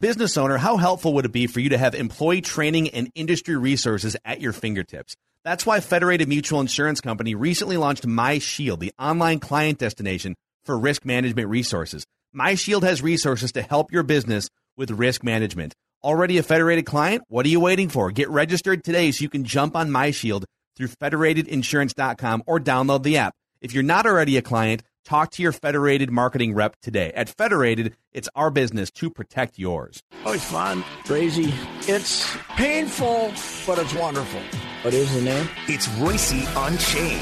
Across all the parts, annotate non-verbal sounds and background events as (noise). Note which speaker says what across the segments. Speaker 1: Business owner, how helpful would it be for you to have employee training and industry resources at your fingertips? That's why Federated Mutual Insurance Company recently launched MyShield, the online client destination for risk management resources. MyShield has resources to help your business with risk management. Already a Federated client? What are you waiting for? Get registered today so you can jump on MyShield through federatedinsurance.com or download the app. If you're not already a client, talk to your Federated marketing rep today. At Federated, it's our business to protect yours.
Speaker 2: Oh, it's fun, crazy. It's painful, but it's wonderful.
Speaker 3: What is the name?
Speaker 2: It's Royce Unchained.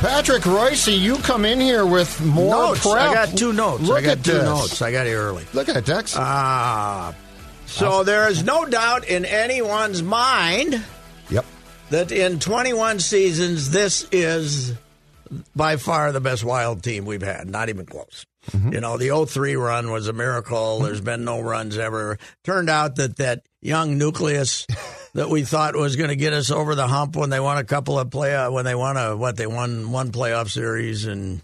Speaker 4: Patrick Royce, you come in here with more
Speaker 2: notes.
Speaker 4: prep.
Speaker 2: I got two notes.
Speaker 4: Look
Speaker 2: I got
Speaker 4: at
Speaker 2: two
Speaker 4: this.
Speaker 2: notes. I got here early.
Speaker 4: Look at it, Dex.
Speaker 2: Ah. so there is no doubt in anyone's mind
Speaker 4: yep.
Speaker 2: that in 21 seasons, this is by far the best wild team we've had. Not even close. You know, the 03 run was a miracle. There's been no runs ever. Turned out that that young nucleus that we thought was going to get us over the hump when they won a couple of play uh, when they won a what they won one playoff series and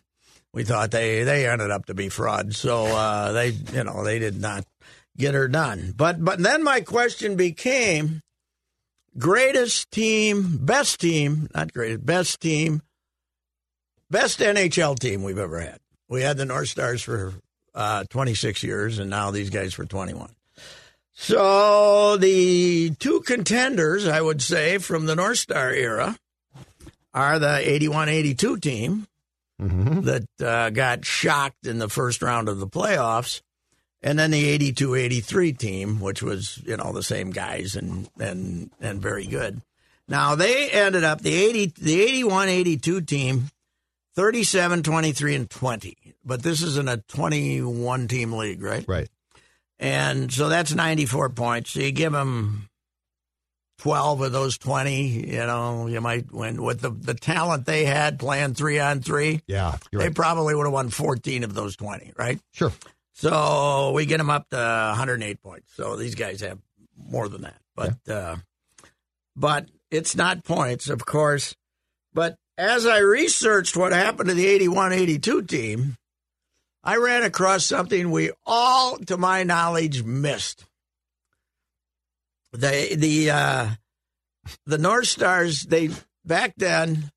Speaker 2: we thought they they ended up to be fraud. So uh, they you know they did not get her done. But but then my question became greatest team, best team, not greatest, best team, best NHL team we've ever had. We had the North Stars for uh, 26 years, and now these guys for 21. So the two contenders, I would say, from the North Star era are the 81 82 team that uh, got shocked in the first round of the playoffs and then the 82 83 team which was you know the same guys and and and very good now they ended up the 80 the 81 82 team 37 23 and 20 but this isn't a 21 team league right
Speaker 4: Right.
Speaker 2: and so that's 94 points so you give them 12 of those 20 you know you might win with the the talent they had playing 3 on 3
Speaker 4: Yeah. You're
Speaker 2: they
Speaker 4: right.
Speaker 2: probably would have won 14 of those 20 right
Speaker 4: Sure.
Speaker 2: so we get them up to 108 points. So these guys have more than that. But uh, but it's not points, of course. But as I researched what happened to the 81 82 team, I ran across something we all, to my knowledge, missed. The the uh, the North Stars they back then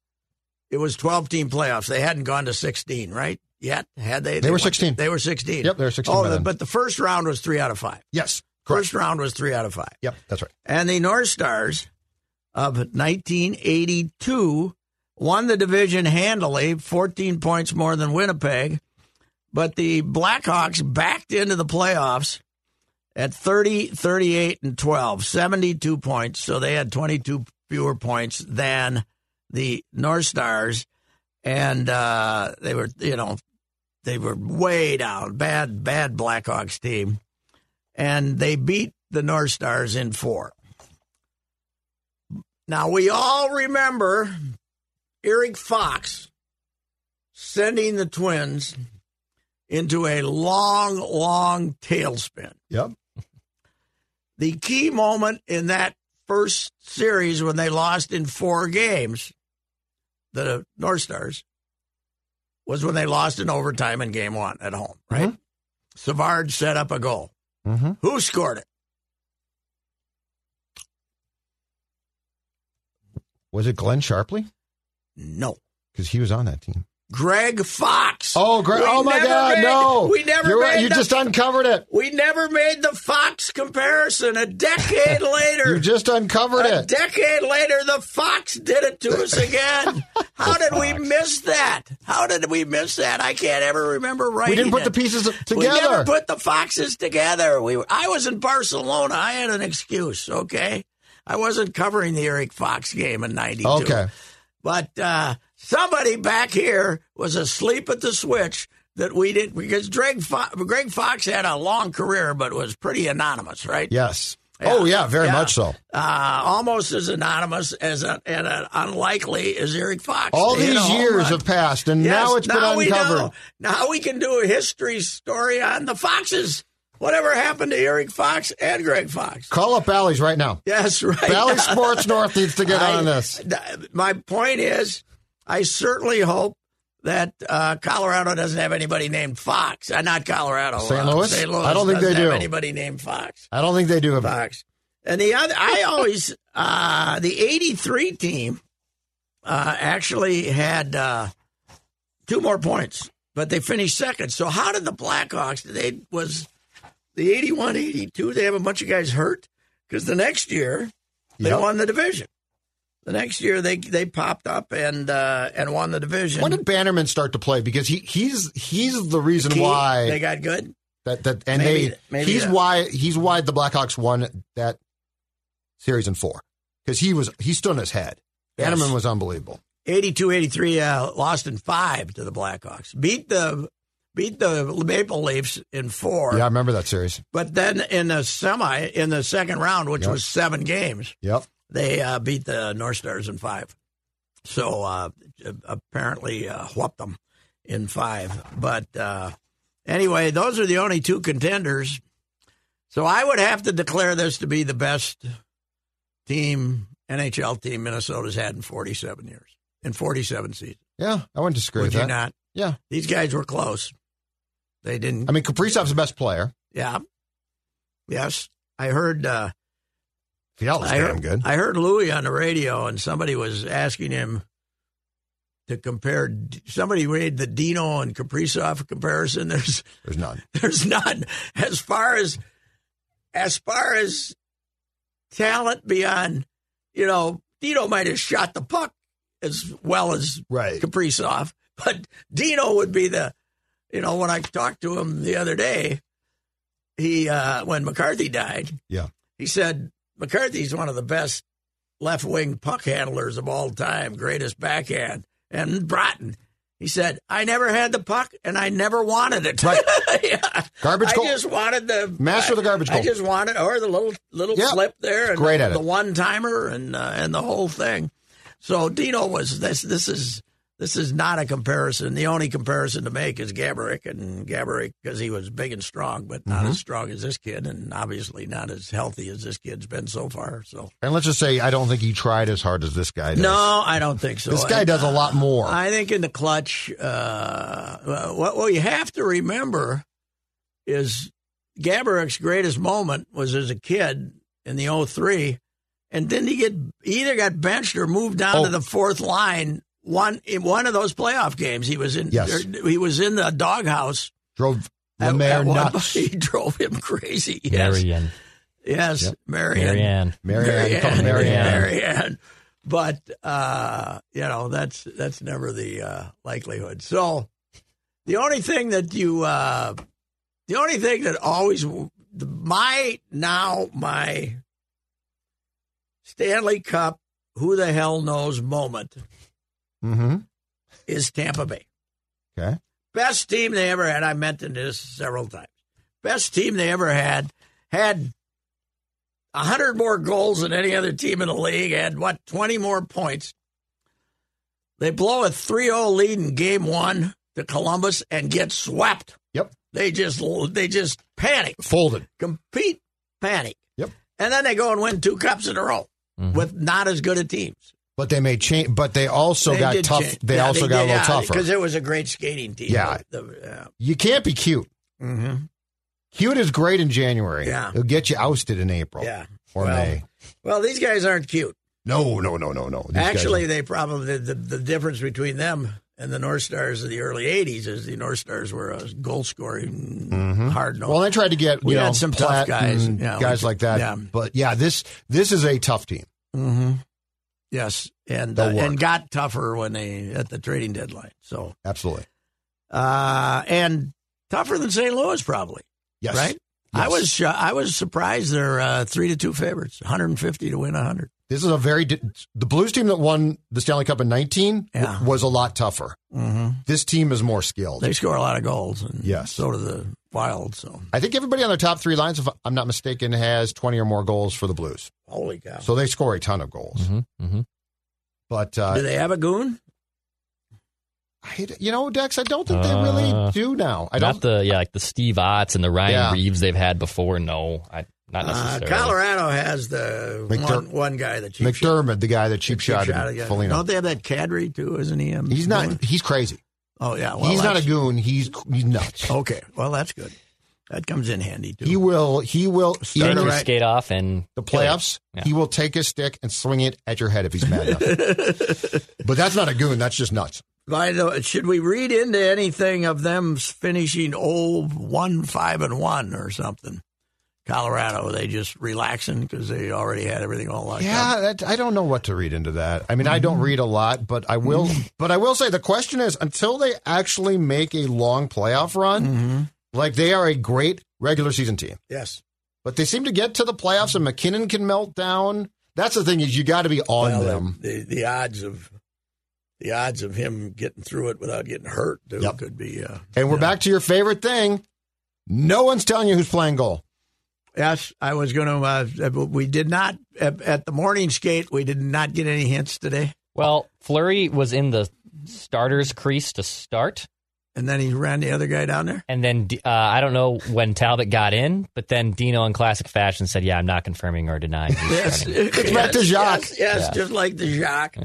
Speaker 2: it was 12 team playoffs. They hadn't gone to 16, right? Yet had they?
Speaker 4: were
Speaker 2: went-
Speaker 4: 16.
Speaker 2: They were 16.
Speaker 4: Yep, they were 16
Speaker 2: Oh,
Speaker 4: by
Speaker 2: the-
Speaker 4: then.
Speaker 2: but the first round was three out of five.
Speaker 4: Yes.
Speaker 2: First round was three out of five.
Speaker 4: Yep. That's right.
Speaker 2: And the North Stars of 1982 won the division handily, 14 points more than Winnipeg. But the Blackhawks backed into the playoffs at 30, 38, and 12, 72 points. So they had 22 fewer points than the North Stars. And uh, they were, you know, they were way down. Bad, bad Blackhawks team. And they beat the North Stars in four. Now, we all remember Eric Fox sending the Twins into a long, long tailspin
Speaker 4: Yep.
Speaker 2: the key moment in that first series when they lost in four games, the North Stars, was when they lost in overtime in game one at home, right?
Speaker 4: Uh-huh.
Speaker 2: Savard set up a goal.
Speaker 4: Mhm.
Speaker 2: Who scored it?
Speaker 4: Was it Glenn Sharpley?
Speaker 2: No.
Speaker 4: Because he was on that team.
Speaker 2: Greg Fox.
Speaker 4: Oh, great.
Speaker 2: We
Speaker 4: Oh, my
Speaker 2: never
Speaker 4: God.
Speaker 2: made-
Speaker 4: no.
Speaker 2: We never
Speaker 4: You're right.
Speaker 2: made
Speaker 4: You
Speaker 2: the-
Speaker 4: just uncovered it.
Speaker 2: We never made the Fox comparison a
Speaker 4: (laughs)
Speaker 2: decade later.
Speaker 4: You just uncovered
Speaker 2: A
Speaker 4: it.
Speaker 2: decade later, the Fox did it to us again. How did
Speaker 4: (laughs)
Speaker 2: we miss that? How did we miss that? I can't ever remember right.
Speaker 4: We didn't put the pieces
Speaker 2: We never
Speaker 4: together.
Speaker 2: put the foxes together. We were, I was in Barcelona. I had an excuse. Okay, I wasn't covering the Eric Fox game in '92.
Speaker 4: Okay.
Speaker 2: but uh, somebody back here was asleep at the switch that we did because Greg Fox, Greg Fox had a long career but was pretty anonymous, right?
Speaker 4: Yes. Oh yeah, very
Speaker 2: Yeah.
Speaker 4: much so.
Speaker 2: Uh, almost as anonymous as a, and uh unlikely as Eric Fox. Oh,
Speaker 4: All
Speaker 2: to hit a
Speaker 4: these
Speaker 2: home
Speaker 4: years
Speaker 2: run.
Speaker 4: have passed, and now it's
Speaker 2: Yes,
Speaker 4: been
Speaker 2: we
Speaker 4: uncovered.
Speaker 2: know. Now we can do a history story on the Foxes. Whatever happened to Eric Fox and Greg Fox?
Speaker 4: Call up Bally's
Speaker 2: (laughs)
Speaker 4: right now.
Speaker 2: Yes, right.
Speaker 4: Valley Sports North needs to get
Speaker 2: I-
Speaker 4: on this.
Speaker 2: th- My point is, I certainly hope that uh, Colorado doesn't have anybody named Fox. Uh, not Colorado.
Speaker 4: St.
Speaker 2: uh,
Speaker 4: Louis?
Speaker 2: St. Louis.
Speaker 4: I don't think they
Speaker 2: doesn't have
Speaker 4: do.
Speaker 2: Anybody named Fox.
Speaker 4: I don't think they do. It.
Speaker 2: Fox. And the other, I always uh, the '83 team uh, actually had uh, two more points, but they finished second. So how did the Blackhawks? They was the '81, '82. They have a bunch of guys hurt because the next year they
Speaker 4: Yep.
Speaker 2: won the division. The next year they they popped up and uh, and won the division.
Speaker 4: When did Bannerman start to play? Because he he's he's the reason
Speaker 2: Key,
Speaker 4: why
Speaker 2: they got good?
Speaker 4: that that and
Speaker 2: Maybe-
Speaker 4: they
Speaker 2: maybe
Speaker 4: he's
Speaker 2: that.
Speaker 4: why he's why the Blackhawks won that series in four because he was he stood on his head.
Speaker 2: Yes.
Speaker 4: Bannerman was unbelievable.
Speaker 2: 82 83 uh, lost in five to the Blackhawks. Beat the beat the Maple Leafs in four.
Speaker 4: Yeah, I remember that series.
Speaker 2: But then in the semi, in the second round, which
Speaker 4: Yep.
Speaker 2: was seven games,
Speaker 4: Yep.
Speaker 2: they uh, beat the North Stars in five. So uh, apparently uh, whopped them in five. But uh, anyway, those are the only two contenders. So I would have to declare this to be the best team, NHL team Minnesota's had in 47 years, in 47 seasons.
Speaker 4: Yeah, I wouldn't disagree
Speaker 2: Would
Speaker 4: with
Speaker 2: you
Speaker 4: that.
Speaker 2: not?
Speaker 4: Yeah,
Speaker 2: These guys were close. They didn't.
Speaker 4: I mean Kaprizov's the best player.
Speaker 2: yeah. Yes. I heard. Uh,
Speaker 4: Fiala's
Speaker 2: I
Speaker 4: damn
Speaker 2: heard,
Speaker 4: good.
Speaker 2: I heard Louis on the radio, and somebody was asking him to compare. Somebody made the Dino and Kaprizov comparison. (laughs) There's
Speaker 4: There's none.
Speaker 2: there's none as far as as far as talent beyond. You know, Dino might have shot the puck as well as
Speaker 4: Right.
Speaker 2: Kaprizov, but Dino would be the, you know, when I talked to him the other day, he uh, when McCarthy died,
Speaker 4: Yeah.
Speaker 2: he said McCarthy's one of the best left wing puck handlers of all time, greatest backhand, and Broughton. He said, "I never had the puck, and I never wanted it.
Speaker 4: Right.
Speaker 2: (laughs) yeah.
Speaker 4: Garbage
Speaker 2: I
Speaker 4: goal.
Speaker 2: just wanted the
Speaker 4: Master of the garbage
Speaker 2: I, I
Speaker 4: goal.
Speaker 2: just wanted, or the little little
Speaker 4: Yeah.
Speaker 2: flip there, and
Speaker 4: Great
Speaker 2: the,
Speaker 4: at it.
Speaker 2: one timer, and uh, and the whole thing. So Dino was this. This is this is not a comparison. The only comparison to make is Gaborik and Gaborik because he was big and strong, but
Speaker 4: Mm-hmm.
Speaker 2: not as strong as this kid, and obviously not as healthy as this kid's been so far. So
Speaker 4: And let's just say I don't think he tried as hard as this guy does.
Speaker 2: no, I don't think so.
Speaker 4: This guy does a lot more.
Speaker 2: I think in the clutch, uh, well, what what you have to remember is Gabarik's greatest moment was as a kid in the 03, and didn't he get he either got benched or moved down
Speaker 4: Oh.
Speaker 2: to the fourth line one in one of those playoff games he was in
Speaker 4: Yes.
Speaker 2: or he was in the doghouse
Speaker 4: Drove
Speaker 2: at-
Speaker 4: Lemaire
Speaker 2: at one- (laughs)
Speaker 4: nuts.
Speaker 2: he drove him crazy yes
Speaker 3: Marianne.
Speaker 2: yes Marion
Speaker 3: Marianne.
Speaker 4: Marianne. Call him Marianne.
Speaker 3: Marianne.
Speaker 2: Marianne. But uh, you know that's that's never the uh, likelihood. So the only thing that you, uh, the only thing that always my now my Stanley Cup, who the hell knows moment
Speaker 4: Mm-hmm.
Speaker 2: is Tampa Bay.
Speaker 4: Okay.
Speaker 2: Best team they ever had. I mentioned this several times. Best team they ever had had a hundred more goals than any other team in the league. Had what twenty more points. They blow a 3-0 lead in game one to Columbus and get swept.
Speaker 4: Yep.
Speaker 2: They just they just panic,
Speaker 4: Folded.
Speaker 2: compete, panic.
Speaker 4: Yep. Mm-hmm.
Speaker 2: And then they go and win two cups in a row with not as good a teams.
Speaker 4: But they made change. But they also
Speaker 2: They
Speaker 4: got
Speaker 2: did
Speaker 4: tough.
Speaker 2: change.
Speaker 4: They
Speaker 2: Yeah,
Speaker 4: also got
Speaker 2: did,
Speaker 4: a little
Speaker 2: yeah, because
Speaker 4: tougher.
Speaker 2: it was a great skating team.
Speaker 4: Yeah.
Speaker 2: The-
Speaker 4: You can't be cute.
Speaker 2: yeah. Mhm.
Speaker 4: Cute is great in January.
Speaker 2: Yeah.
Speaker 4: It'll get you ousted in April.
Speaker 2: Yeah.
Speaker 4: Or
Speaker 2: Well,
Speaker 4: May.
Speaker 2: Well, these guys aren't cute.
Speaker 4: No, no, no, no, no. These guys-
Speaker 2: Actually, they probably the, the difference between them and the North Stars of the early '80s is the North Stars were a goal scoring hard nosed.
Speaker 4: Mm-hmm. Well, they tried to get you
Speaker 2: We
Speaker 4: know
Speaker 2: had some tough
Speaker 4: Platt
Speaker 2: guys.
Speaker 4: and
Speaker 2: Yeah,
Speaker 4: guys
Speaker 2: we-
Speaker 4: like that.
Speaker 2: yeah.
Speaker 4: But yeah, this this is a tough team.
Speaker 2: hmm Yes, and uh,
Speaker 4: They'll work.
Speaker 2: and got tougher when they at the trading deadline. So
Speaker 4: Absolutely.
Speaker 2: uh, and tougher than St. Louis probably.
Speaker 4: Yes.
Speaker 2: Right? I
Speaker 4: Yes.
Speaker 2: uh, was sho I was surprised they're uh, three to two favorites, 150 to win 100.
Speaker 4: This is a very di- the Blues team that won the Stanley Cup in 19 w-
Speaker 2: Yeah.
Speaker 4: was a lot tougher.
Speaker 2: Mhm.
Speaker 4: This team is more skilled.
Speaker 2: They score a lot of goals. And
Speaker 4: Yes.
Speaker 2: So do the Wild. So
Speaker 4: I think everybody on their top three lines, if I'm not mistaken, has 20 or more goals for the Blues.
Speaker 2: holy cow.
Speaker 4: So they score a ton of goals.
Speaker 3: Mm-hmm.
Speaker 4: But
Speaker 2: do
Speaker 4: uh,
Speaker 2: they have a goon?
Speaker 4: I, you know, Dex, I don't think they
Speaker 3: Uh,
Speaker 4: really do now. I
Speaker 3: Not
Speaker 4: don't.
Speaker 3: the yeah, like the Steve Otts and the Ryan
Speaker 4: Yeah.
Speaker 3: Reeves they've had before. No, I not
Speaker 2: Uh,
Speaker 3: necessarily.
Speaker 2: Colorado has the
Speaker 4: McDer-
Speaker 2: one, one guy that cheap shot-
Speaker 4: McDermott, the guy that cheap, shot
Speaker 2: shot
Speaker 4: shotted
Speaker 2: again.
Speaker 4: Foligno.
Speaker 2: Don't they have that Cadre too? Isn't he? a-
Speaker 4: He's not. He's crazy.
Speaker 2: Oh yeah. Well,
Speaker 4: he's not a
Speaker 2: that's-
Speaker 4: goon. He's he's nuts.
Speaker 2: Okay. Well, that's good. That comes in handy too.
Speaker 4: He will. He will.
Speaker 3: Take
Speaker 4: even
Speaker 3: your
Speaker 4: in
Speaker 3: skate off and
Speaker 4: the playoffs.
Speaker 3: Yeah.
Speaker 4: He will take his stick and swing it at your head if he's mad enough. (laughs) but that's not a goon. That's just nuts.
Speaker 2: By the, should we read into anything of them finishing oh one five and one or something? Colorado, they just relaxing because they already had everything all locked up.
Speaker 4: Yeah, that, I don't know what to read into that. I mean, I don't read a lot, but I will. but I will say the question is until they actually make a long playoff run, like they are a great regular season team,
Speaker 2: Yes.
Speaker 4: but they seem to get to the playoffs and McKinnon can melt down. That's the thing is you got to be on
Speaker 2: Well,
Speaker 4: them.
Speaker 2: The, the odds of the odds of him getting through it without getting hurt dude,
Speaker 4: Yep.
Speaker 2: could be. Uh,
Speaker 4: And we're back to your favorite thing. No one's telling you who's playing goal.
Speaker 2: Yes, I was going to. Uh, we did not at, at the morning skate. We did not get any hints today,
Speaker 3: well, Flurry was in the starters crease to start,
Speaker 2: and then he ran the other guy down there.
Speaker 3: and then D- uh, I don't know when Talbot got in, but then Dino in classic fashion said, "Yeah, I'm not confirming or denying."
Speaker 2: (laughs)
Speaker 3: he's
Speaker 2: Yes,
Speaker 3: starting."
Speaker 2: it's
Speaker 4: back to Jacques.
Speaker 2: Yes, yes,
Speaker 3: Yeah.
Speaker 2: just like the Jacques.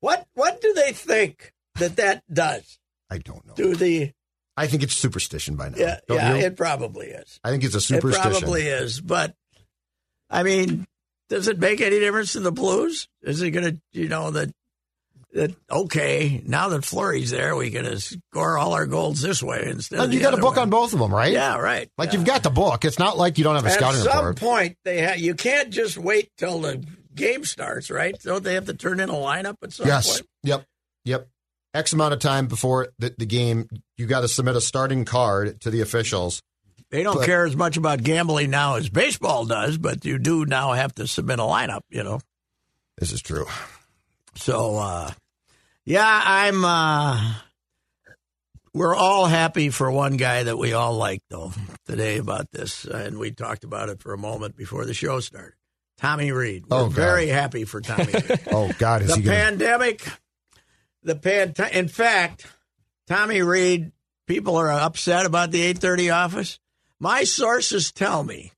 Speaker 2: What What do they think that that does?
Speaker 4: I don't know.
Speaker 2: Do the
Speaker 4: I think it's superstition by now.
Speaker 2: yeah
Speaker 4: don't
Speaker 2: yeah?
Speaker 4: you?
Speaker 2: It probably is.
Speaker 4: I think it's a
Speaker 2: It
Speaker 4: superstition.
Speaker 2: probably is. But I mean, does it make any difference to the Blues? Is it going to you know that that okay? Now that Flurry's there, we can uh, score all our goals this way instead.
Speaker 4: And
Speaker 2: of
Speaker 4: you
Speaker 2: the
Speaker 4: got a
Speaker 2: other
Speaker 4: book
Speaker 2: way.
Speaker 4: on both of them, right?
Speaker 2: Yeah, right.
Speaker 4: Like
Speaker 2: yeah.
Speaker 4: you've got the book. It's not like you don't have a
Speaker 2: At
Speaker 4: scouting
Speaker 2: some
Speaker 4: report.
Speaker 2: point, they ha- you can't just wait till the game starts, right? Don't they have to turn in a lineup at some
Speaker 4: yes.
Speaker 2: point?
Speaker 4: Yep. Yep. X amount of time before the, the game, you got to submit a starting card to the officials.
Speaker 2: They don't
Speaker 4: But-
Speaker 2: care as much about gambling now as baseball does, but you do now have to submit a lineup, you know.
Speaker 4: This is true.
Speaker 2: So, uh, yeah, I'm. Uh, we're all happy for one guy that we all like, though, today about this, and we talked about it for a moment before the show started. Tommy Reed. We're
Speaker 4: Oh, God.
Speaker 2: very happy for
Speaker 4: (laughs)
Speaker 2: Tommy Reed.
Speaker 4: Oh God, is
Speaker 2: the
Speaker 4: he going?
Speaker 2: pandemic, the pan. In fact, Tommy Reed, people are upset about the eight thirty office. My sources tell me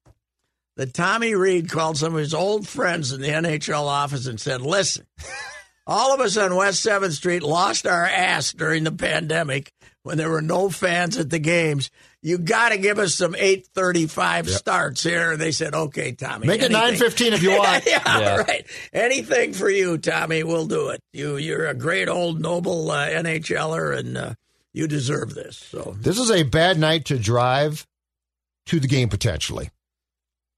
Speaker 2: that Tommy Reed called some of his old friends in the NHL office and said, "Listen, (laughs) all of us on West Seventh Street lost our ass during the pandemic when there were no fans at the games." You got to give us some 8:35 starts here. They said, "Okay, Tommy,
Speaker 4: Make it
Speaker 2: anything."
Speaker 4: nine fifteen if you
Speaker 2: (laughs)
Speaker 4: want.
Speaker 2: yeah,
Speaker 3: Yeah.
Speaker 2: right. Anything for you, Tommy. We'll do it. You, you're a great old noble uh, NHLer, and uh, you deserve this. So
Speaker 4: this is a bad night to drive to the game potentially.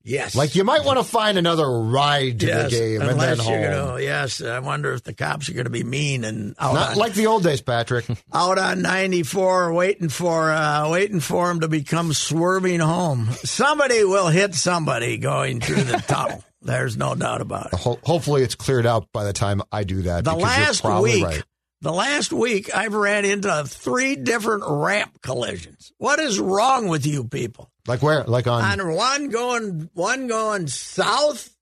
Speaker 2: yes,
Speaker 4: Like you might want to find another ride to
Speaker 2: yes,
Speaker 4: the game and then
Speaker 2: unless
Speaker 4: home.
Speaker 2: you're gonna- yes, I wonder if the cops are going to be mean and out
Speaker 4: Not
Speaker 2: on,
Speaker 4: like the old days, Patrick.
Speaker 2: out on 94, waiting for uh, waiting for him to become swerving home. Somebody will hit somebody going through
Speaker 4: (laughs)
Speaker 2: the tunnel. There's no doubt about it.
Speaker 4: Ho- hopefully, it's cleared out by the time I do that.
Speaker 2: the
Speaker 4: because you're
Speaker 2: last
Speaker 4: probably
Speaker 2: week
Speaker 4: right.
Speaker 2: the last week i've ran into three different ramp collisions what is wrong with you people
Speaker 4: like where, like on,
Speaker 2: on one going one going south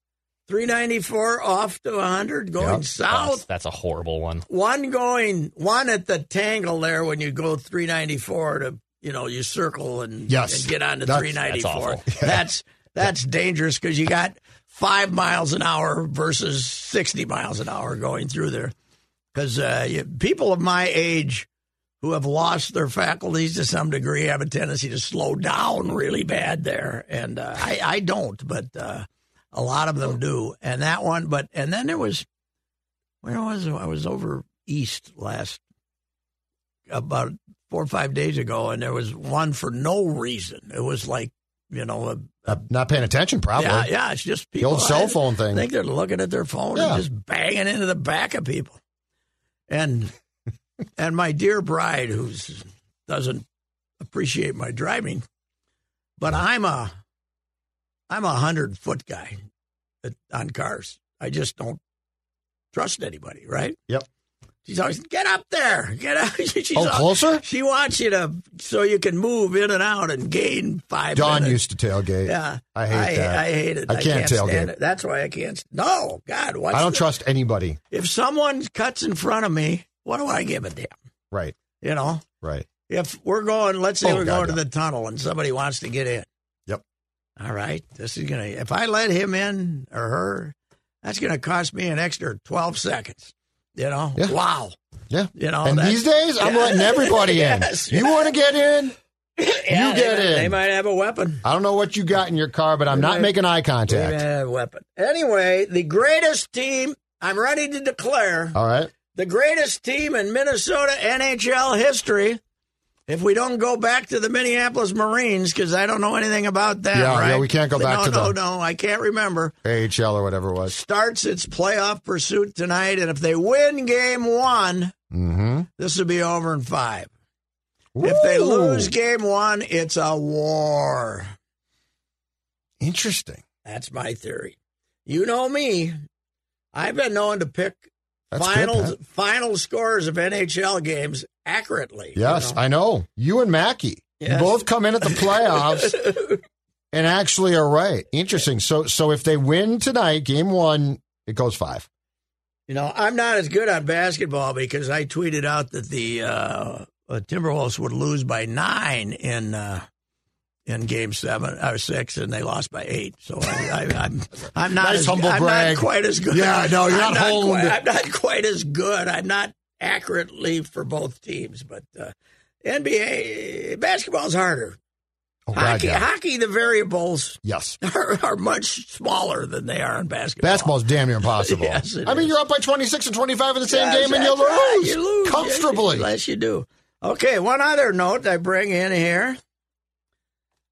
Speaker 2: 394 off to 100 going
Speaker 4: Yep.
Speaker 3: That's,
Speaker 2: south
Speaker 3: that's a horrible one.
Speaker 2: one going one at the tangle there when you go 394 to you know you circle and,
Speaker 4: Yes.
Speaker 2: and get onto
Speaker 4: That's-
Speaker 2: 394
Speaker 3: that's
Speaker 2: that's (laughs) that's, dangerous because you got five miles an hour versus 60 miles an hour going through there because uh, you- people of my age who have lost their faculties to some degree have a tendency to slow down really bad there and uh, I, I don't but uh, a lot of them do and that one but and then there was where was I? I was over east last about four or five days ago, and there was one for no reason. It was like you know, a,
Speaker 4: uh, not paying attention. Probably
Speaker 2: yeah, yeah, it's just
Speaker 4: the
Speaker 2: people. (laughs)
Speaker 4: old cell
Speaker 2: I
Speaker 4: phone thing.
Speaker 2: think they're looking at their phone
Speaker 4: Yeah.
Speaker 2: and just banging into the back of people,
Speaker 4: (laughs)
Speaker 2: and and my dear bride who's doesn't appreciate my driving, but I'm a I'm a hundred foot guy at- on cars. I just don't trust anybody, right?
Speaker 4: Yep.
Speaker 2: She's always get up there, get up. (laughs) She's
Speaker 4: Oh,
Speaker 2: al-
Speaker 4: closer?
Speaker 2: She wants you to so you can move in and out and gain five.
Speaker 4: Don
Speaker 2: minutes.
Speaker 4: used to tailgate.
Speaker 2: uh, Yeah,
Speaker 4: I hate that.
Speaker 2: I hate it.
Speaker 4: I can't,
Speaker 2: stand
Speaker 4: tailgate.
Speaker 2: it. That's why I can't. No, God, what's
Speaker 4: I don't
Speaker 2: the-
Speaker 4: trust anybody.
Speaker 2: If someone cuts in front of me, what do I give a damn?
Speaker 4: Right.
Speaker 2: You know,
Speaker 4: Right.
Speaker 2: if we're going, let's say
Speaker 4: Oh,
Speaker 2: we're
Speaker 4: God,
Speaker 2: going to
Speaker 4: yeah.
Speaker 2: the tunnel and somebody wants to get in.
Speaker 4: Yep.
Speaker 2: All right, this is gonna. If I let him in or her, that's gonna cost me an extra twelve seconds. You know,
Speaker 4: Yeah.
Speaker 2: wow.
Speaker 4: Yeah.
Speaker 2: You know,
Speaker 4: and
Speaker 2: Oh, that-
Speaker 4: these days, I'm
Speaker 2: Yeah. (laughs)
Speaker 4: letting everybody in.
Speaker 2: Yes.
Speaker 4: You want to get in?
Speaker 2: (laughs) Yeah,
Speaker 4: you
Speaker 2: they
Speaker 4: get
Speaker 2: might-
Speaker 4: in.
Speaker 2: They might have a weapon.
Speaker 4: I don't know what you got in your car, but I'm
Speaker 2: might-
Speaker 4: not making eye
Speaker 2: They might
Speaker 4: contact.
Speaker 2: have a weapon. Anyway, the greatest team. I'm ready to declare
Speaker 4: All right.
Speaker 2: the greatest team in Minnesota NHL history. If we don't go back to the Minneapolis Marines, because I don't know anything about that.
Speaker 4: Yeah, yeah,
Speaker 2: right?
Speaker 4: we can't go back
Speaker 2: no,
Speaker 4: to
Speaker 2: no,
Speaker 4: the-
Speaker 2: no. I can't remember.
Speaker 4: AHL or whatever it was.
Speaker 2: Starts its playoff pursuit tonight, and if they win Game One,
Speaker 4: Mm-hmm.
Speaker 2: this will be over in five. If they lose Game One, it's a war.
Speaker 4: Interesting.
Speaker 2: That's my theory. You know me. I've been known to pick
Speaker 4: That's good,
Speaker 2: final
Speaker 4: Pat.
Speaker 2: final scores of NHL games accurately. you
Speaker 4: Yes,
Speaker 2: know.
Speaker 4: I know. You and Mackey.
Speaker 2: Yes.
Speaker 4: You both come in at the playoffs and actually are right. Interesting. So so if they win tonight, game one, it goes five.
Speaker 2: (laughs) you know, I'm not as good on basketball because I tweeted out that the uh, uh, Timberwolves would lose by nine in uh, in Game Seven or Six, and they lost by eight. So I, I, I'm I'm not
Speaker 4: Nice
Speaker 2: as,
Speaker 4: humble
Speaker 2: I'm
Speaker 4: brag.
Speaker 2: not quite as good.
Speaker 4: Yeah, no, you're
Speaker 2: I'm
Speaker 4: not honed.
Speaker 2: Quite, I'm not quite as good. I'm not accurately for both teams, but uh, NBA basketball's harder.
Speaker 4: Oh, God,
Speaker 2: Hockey,
Speaker 4: yeah.
Speaker 2: hockey, the variables
Speaker 4: Yes.
Speaker 2: (laughs) are, are much smaller than they are in basketball.
Speaker 4: Basketball's damn near
Speaker 2: (laughs)
Speaker 4: impossible.
Speaker 2: Yes, it
Speaker 4: I mean,
Speaker 2: is.
Speaker 4: you're up by 26 and 25 in the same
Speaker 2: Yes,
Speaker 4: game, and you
Speaker 2: that's right.
Speaker 4: lose,
Speaker 2: You lose.
Speaker 4: comfortably.
Speaker 2: Yes, you do. Okay, one other note I bring in here.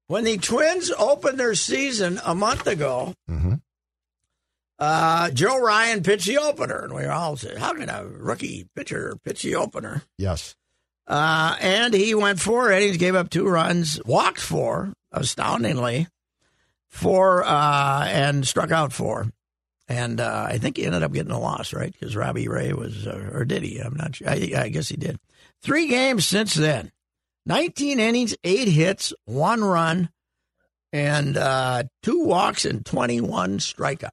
Speaker 2: When the Twins opened their season a month ago,
Speaker 4: Mhm.
Speaker 2: uh, Joe Ryan pitched the opener, and we were all said, "How can a rookie pitcher pitch the opener?"
Speaker 4: Yes.
Speaker 2: Uh, and he went four innings, gave up two runs, walked four, astoundingly, four, uh, and struck out four. And uh, I think he ended up getting a loss, right? Because Robbie Ray was, uh, or did he? I'm not sure. I, I guess he did. Three games since then 19 innings, eight hits, one run, and uh, two walks and 21 strikeouts.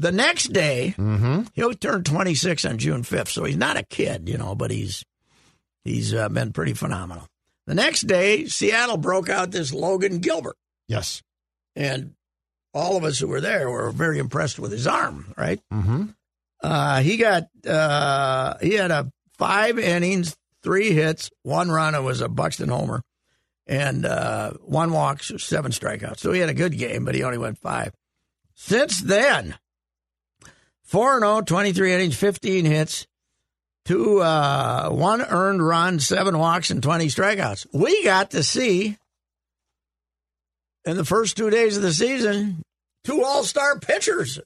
Speaker 2: The next day,
Speaker 4: Mm-hmm.
Speaker 2: He'll turn 26 on June 5th, so he's not a kid, you know, but he's he's uh, been pretty phenomenal. The next day, Seattle broke out this Logan Gilbert,
Speaker 4: Yes.
Speaker 2: and all of us who were there were very impressed with his arm. Right?
Speaker 4: Mm-hmm.
Speaker 2: Uh, he got uh, he had a five innings, three hits, one run. It was a Buxton homer, and uh, one walk, seven strikeouts. So he had a good game, but he only went five. Since then, 4 0, 23 innings, 15 hits, two, uh, one earned run, seven walks, and 20 strikeouts. We got to see in the first two days of the season two all star pitchers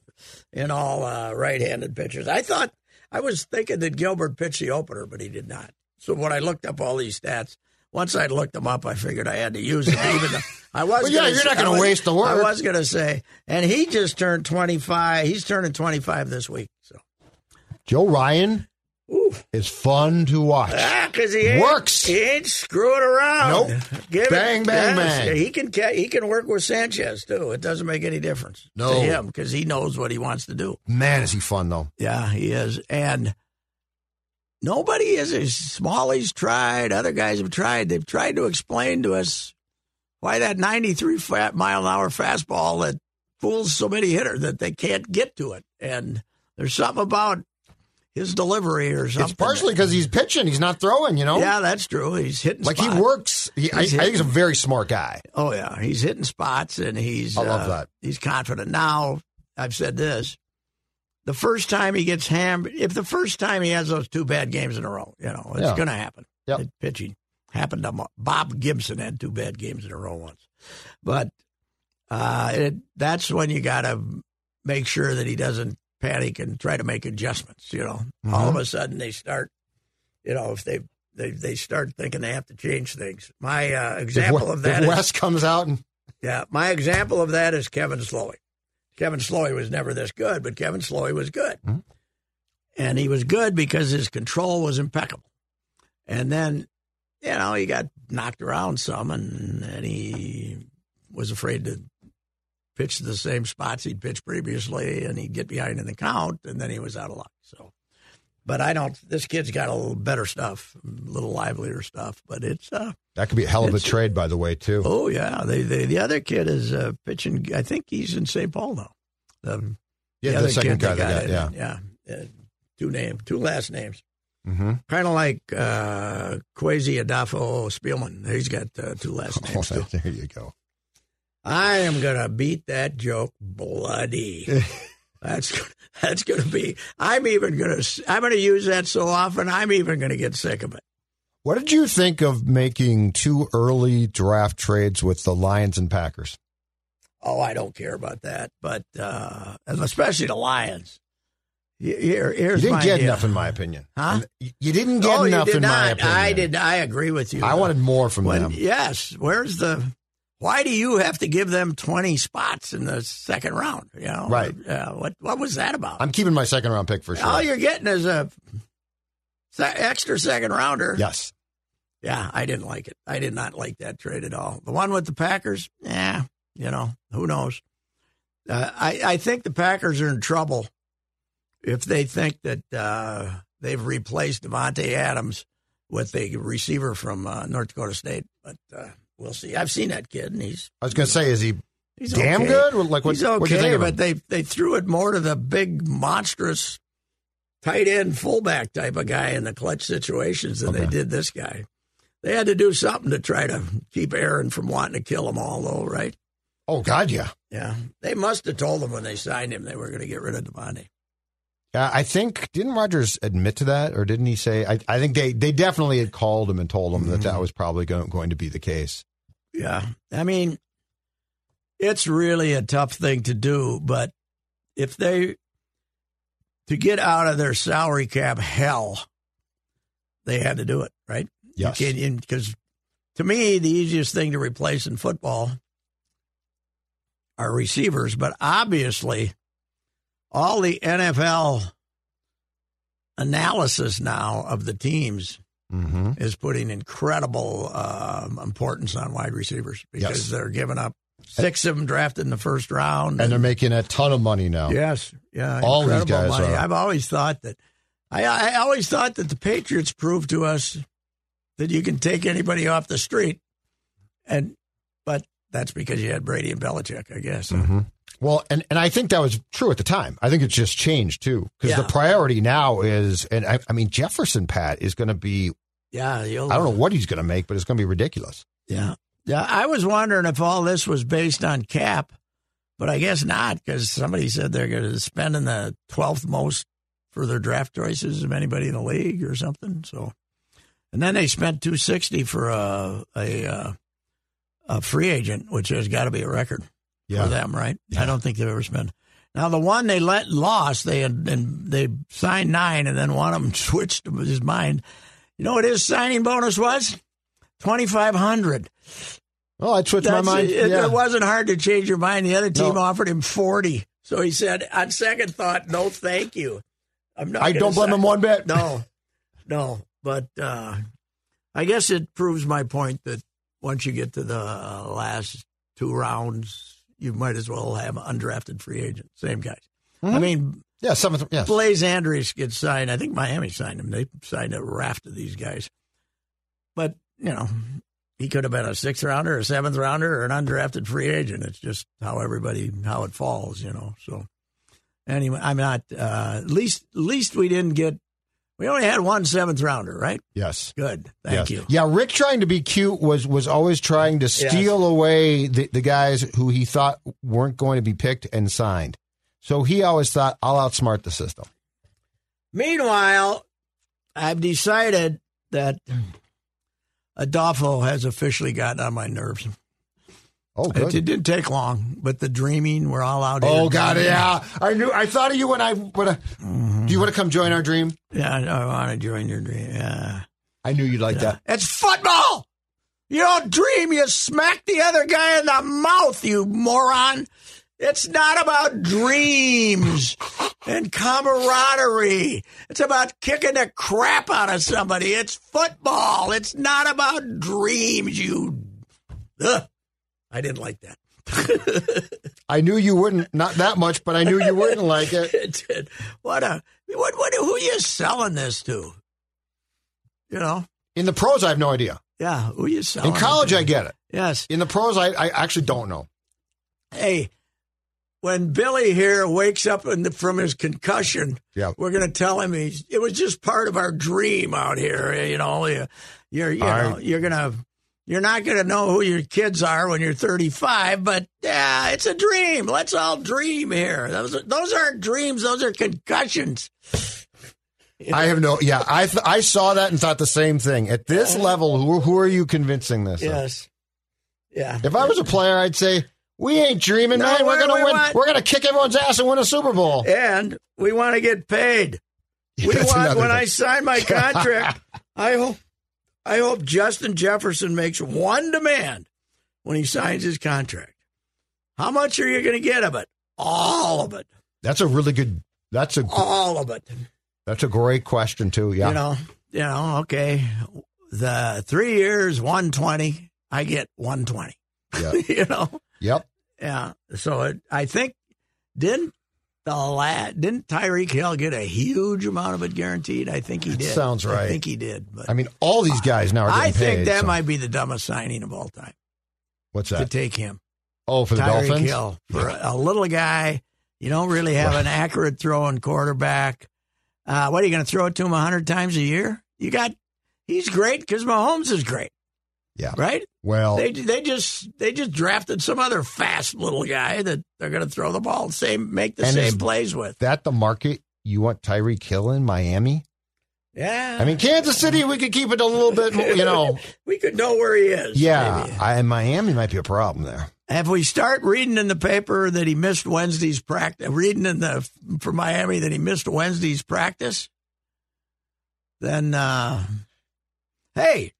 Speaker 2: in all uh, right handed pitchers. I thought, I was thinking that Gilbert pitched the opener, but he did not. So when I looked up all these stats, once I looked them up, I figured I had to use them. Even though I was
Speaker 4: (laughs) Well, yeah,
Speaker 2: gonna
Speaker 4: you're
Speaker 2: say-
Speaker 4: not gonna
Speaker 2: I was-
Speaker 4: waste the work.
Speaker 2: I was going to say, and he just turned 25. He's turning 25 this week. So,
Speaker 4: Joe Ryan
Speaker 2: ooh,
Speaker 4: is fun to watch.
Speaker 2: ah, because he ain't,
Speaker 4: Works.
Speaker 2: He ain't screwing around.
Speaker 4: Nope.
Speaker 2: Give
Speaker 4: Bang,
Speaker 2: it,
Speaker 4: bang, bang.
Speaker 2: He can ca- he can work with Sanchez too. It doesn't make any difference
Speaker 4: No.
Speaker 2: to him because he knows what he wants to do.
Speaker 4: Man, is he fun though?
Speaker 2: Yeah, he is. And nobody is as Smalley's tried. Other guys have tried. They've tried to explain to us why that 93 fa mile an hour fastball that fools so many hitter that they can't get to it. And there's something about his delivery or something.
Speaker 4: It's partially because he's pitching; he's not throwing. You know,
Speaker 2: Yeah, that's true. He's hitting
Speaker 4: like
Speaker 2: spots.
Speaker 4: he works. He, I, I
Speaker 2: He's
Speaker 4: think he's a very smart guy.
Speaker 2: Oh yeah, he's hitting spots and he's
Speaker 4: I love
Speaker 2: uh,
Speaker 4: that.
Speaker 2: He's confident. Now, I've said this. The first time he gets hammered, if the first time he has those two bad games in a row, you know, it's
Speaker 4: Yeah.
Speaker 2: going to happen.
Speaker 4: Yep.
Speaker 2: It- Pitching happened to Mo- Bob Gibson had two bad games in a row once. But uh, it, that's when you got to make sure that he doesn't panic and try to make adjustments, you know. All
Speaker 4: Mm-hmm.
Speaker 2: of a sudden they start, you know, if they they, they start thinking they have to change things. My uh,
Speaker 4: If,
Speaker 2: example
Speaker 4: Wes-
Speaker 2: of
Speaker 4: if
Speaker 2: that is
Speaker 4: Wes comes out and
Speaker 2: yeah, my example of that is Kevin Slowey. Kevin Slowey was never this good, but Kevin Slowey was good. and he was good because his control was impeccable. And then, you know, he got knocked around some, and, and he was afraid to pitch the same spots he'd pitched previously, and he'd get behind in the count, and then he was out of luck. So, but I don't. This kid's got a little better stuff, a little livelier stuff, but it's uh,
Speaker 4: That could be a hell of a
Speaker 2: It's-
Speaker 4: trade, by the way, too.
Speaker 2: Oh yeah, they, they, the other kid is uh, pitching. I think he's in St. Paul now. The,
Speaker 4: yeah, the,
Speaker 2: other
Speaker 4: second
Speaker 2: kid
Speaker 4: guy
Speaker 2: they
Speaker 4: they got,
Speaker 2: in,
Speaker 4: yeah.
Speaker 2: yeah, Uh, two name, two last names,
Speaker 4: Mm-hmm.
Speaker 2: (laughs) kind of like uh, Kwesi Adolfo Spielman. He's got uh, two
Speaker 4: (laughs)
Speaker 2: last names too.
Speaker 4: there you go.
Speaker 2: I am gonna beat that joke
Speaker 4: (laughs)
Speaker 2: bloody. That's that's gonna be. I'm even gonna. I'm gonna use that so often. I'm even gonna get sick of it.
Speaker 4: What did you think of making two early draft trades with the Lions and Packers?
Speaker 2: Oh, I don't care about that, but uh, especially the Lions. Here,
Speaker 4: You
Speaker 2: here's
Speaker 4: didn't
Speaker 2: my
Speaker 4: get
Speaker 2: idea.
Speaker 4: enough, in my opinion.
Speaker 2: Huh?
Speaker 4: And You didn't get
Speaker 2: oh, you
Speaker 4: enough,
Speaker 2: did
Speaker 4: in
Speaker 2: not.
Speaker 4: my opinion.
Speaker 2: I did. I agree with you.
Speaker 4: I wanted more from
Speaker 2: When-
Speaker 4: them.
Speaker 2: Yes. Where's the? Why do you have to give them twenty spots in the second round? You know,
Speaker 4: Right.
Speaker 2: Yeah. What What was that about?
Speaker 4: I'm keeping my second round pick for sure.
Speaker 2: All Oh, you're getting is a se- extra second rounder.
Speaker 4: yes.
Speaker 2: Yeah, I didn't like it. I did not like that trade at all. The one with the Packers, yeah, you know, who knows? Uh, I I think the Packers are in trouble if they think that uh, they've replaced Devontae Adams with a receiver from uh, North Dakota State, but uh, we'll see. I've seen that kid, and he's
Speaker 4: I was going to say, is he
Speaker 2: he's
Speaker 4: damn
Speaker 2: okay.
Speaker 4: good? Or like, what,
Speaker 2: he's
Speaker 4: what'd you
Speaker 2: okay,
Speaker 4: think of him?
Speaker 2: but they they threw it more to the big monstrous tight end fullback type of guy in the clutch situations than they
Speaker 4: Okay.
Speaker 2: did this guy. They had to do something to try to keep Aaron from wanting to kill them all, though, right?
Speaker 4: Oh, God, yeah.
Speaker 2: Yeah, they must have told him when they signed him they were going to get rid of Devontae.
Speaker 4: Uh, I think didn't Rogers admit to that, or didn't he say? I, I think they, they definitely had called him and told him that
Speaker 2: Mm-hmm.
Speaker 4: that was probably go, going to be the case.
Speaker 2: Yeah, I mean, it's really a tough thing to do, but if they to get out of their salary cap hell, they had to do it, right?
Speaker 4: Yes,
Speaker 2: Because to me, the easiest thing to replace in football are receivers, but obviously, all the NFL analysis now of the teams
Speaker 4: mm-hmm.
Speaker 2: is putting incredible um, importance on wide receivers because
Speaker 4: Yes.
Speaker 2: they're giving up six of them drafted in the first round.
Speaker 4: and they're making a ton of money now.
Speaker 2: Yes, Mm-hmm. yeah,
Speaker 4: All these
Speaker 2: incredible
Speaker 4: guys
Speaker 2: money.
Speaker 4: are.
Speaker 2: I've always thought that. I I always thought that the Patriots proved to us that you can take anybody off the street, and but that's because you had Brady and Belichick, I guess.
Speaker 4: Mm. Mm-hmm. Well, and, and I think that was true at the time. I think it's just changed too because
Speaker 2: Yeah.
Speaker 4: the priority now is, and I, I mean Jefferson Pat is going to be.
Speaker 2: Yeah, you'll,
Speaker 4: I don't know what he's going to make, but it's going to be ridiculous.
Speaker 2: Yeah, yeah. I was wondering if all this was based on cap, but I guess not because somebody said they're going to spend in the twelfth most for their draft choices of anybody in the league or something. So, and then they spent two sixty for a a, uh, a free agent, which has got to be a record for them, right? I don't think they've ever spent. Now the one they let lost, they had, and they signed nine, and then one of them (laughs) switched his mind. You know what his signing bonus was? Twenty five hundred.
Speaker 4: Well, I switched my
Speaker 2: That's-
Speaker 4: mind.
Speaker 2: It,
Speaker 4: yeah.
Speaker 2: it wasn't hard to change your mind. The other team
Speaker 4: No.
Speaker 2: offered him forty, so he said, on second thought, no, thank you. I'm not.
Speaker 4: I
Speaker 2: gonna
Speaker 4: don't blame
Speaker 2: sign-
Speaker 4: him one bit.
Speaker 2: (laughs) No, no, but uh, I guess it proves my point that once you get to the uh, last two rounds, you might as well have undrafted free agent, same guys.
Speaker 4: Mm-hmm.
Speaker 2: I mean,
Speaker 4: (laughs) Yeah, seventh. Yes.
Speaker 2: Blaze Andrews gets signed. I think Miami signed him. They signed a raft of these guys. But, you know, he could have been a sixth rounder, a seventh rounder, or an undrafted free agent. It's just how everybody, how it falls, you know. So, anyway, I'm not, uh, at least, at least we didn't get, we only had one seventh rounder, right?
Speaker 4: Yes.
Speaker 2: Good. Thank
Speaker 4: yes.
Speaker 2: you.
Speaker 4: Yeah, Rick trying to be cute was was always trying to steal away the, the guys who he thought weren't going to be picked and signed. So he always thought, I'll outsmart the system.
Speaker 2: Meanwhile, I've decided that Adolfo has officially gotten on my nerves.
Speaker 4: Oh,
Speaker 2: It,
Speaker 4: good.
Speaker 2: it didn't take long, but the dreaming, we're all out here.
Speaker 4: Oh God, yeah. I knew. I thought of you when I. When I Do you want to come join our dream?
Speaker 2: Yeah, I, I want to join your dream. Yeah.
Speaker 4: I knew you'd like that.
Speaker 2: It's football! You don't dream, you smack the other guy in the mouth, you moron. It's not about dreams and camaraderie. It's about kicking the crap out of somebody. It's football. It's not about dreams, you. Ugh. I didn't like that. (laughs)
Speaker 4: I knew you wouldn't, not that much, but I knew you wouldn't like it.
Speaker 2: (laughs) It did. What a. What, what, who are you selling this to? You know?
Speaker 4: In the pros, I have no idea.
Speaker 2: Yeah, who are you selling?
Speaker 4: In
Speaker 2: it
Speaker 4: college,
Speaker 2: to?
Speaker 4: Oh, I get it.
Speaker 2: Yes.
Speaker 4: In the pros, I, I actually don't know.
Speaker 2: Hey, when Billy here wakes up in the, from his concussion,
Speaker 4: Yeah.
Speaker 2: we're going to tell him he's, it was just part of our dream out here. eh, You know, you, you're you
Speaker 4: I-
Speaker 2: know you're gonna you're not going to know who your kids are when you're 35, but yeah, it's a dream. Let's all dream here. Those are, those aren't dreams; those are concussions.
Speaker 4: I have no. Yeah, I th- I saw that and thought the same thing. At
Speaker 2: Uh-huh.
Speaker 4: this level, who who are you convincing this? of?
Speaker 2: Yes. Yeah.
Speaker 4: If I was a player, I'd say we ain't dreaming,
Speaker 2: No,
Speaker 4: man. We're
Speaker 2: we-
Speaker 4: gonna
Speaker 2: we
Speaker 4: win.
Speaker 2: want-
Speaker 4: We're gonna kick everyone's ass and win a Super Bowl.
Speaker 2: and we want to get
Speaker 4: (laughs)
Speaker 2: paid. We
Speaker 4: That's
Speaker 2: want
Speaker 4: another
Speaker 2: when
Speaker 4: thing.
Speaker 2: I sign
Speaker 4: (laughs)
Speaker 2: my contract, I hope I hope Justin Jefferson makes one demand when he signs his contract. How much are you going to get of it? All of it.
Speaker 4: That's a really good. That's a
Speaker 2: All of it.
Speaker 4: that's a great question too. Yeah,
Speaker 2: Oh. You know, you know, okay. The 3 years 120, I get 120.
Speaker 4: Yeah.
Speaker 2: (laughs) you know.
Speaker 4: yep.
Speaker 2: Yeah. So it, I think didn't the lad didn't Tyreek Hill get a huge amount of it guaranteed? I think he
Speaker 4: That
Speaker 2: did.
Speaker 4: sounds
Speaker 2: I
Speaker 4: right.
Speaker 2: think he did. But
Speaker 4: I mean, all these guys now are getting
Speaker 2: I think
Speaker 4: paid,
Speaker 2: that
Speaker 4: so-
Speaker 2: might be the dumbest signing of all time
Speaker 4: What's
Speaker 2: to
Speaker 4: that?
Speaker 2: take him.
Speaker 4: Oh, for the
Speaker 2: Tyreek
Speaker 4: Dolphins.
Speaker 2: Hill for a, a little guy. You don't really have an accurate throwing quarterback. Uh, what are you going to throw it to him hundred times a year? You got he's great because Mahomes is great.
Speaker 4: Yeah.
Speaker 2: Right.
Speaker 4: Well,
Speaker 2: They they just they just drafted some other fast little guy that they're going to throw the ball same make the
Speaker 4: And
Speaker 2: same
Speaker 4: is-
Speaker 2: plays with.
Speaker 4: that the market you want Tyreek Hill in Miami?
Speaker 2: Yeah,
Speaker 4: I mean, Kansas City, we could keep it a little bit. more, You know,
Speaker 2: (laughs) we could know where he is.
Speaker 4: yeah.
Speaker 2: maybe.
Speaker 4: I, and Miami might be a problem there.
Speaker 2: If we start reading in the paper that he missed Wednesday's practice, reading in the for Miami that he missed Wednesday's practice, then uh, hey,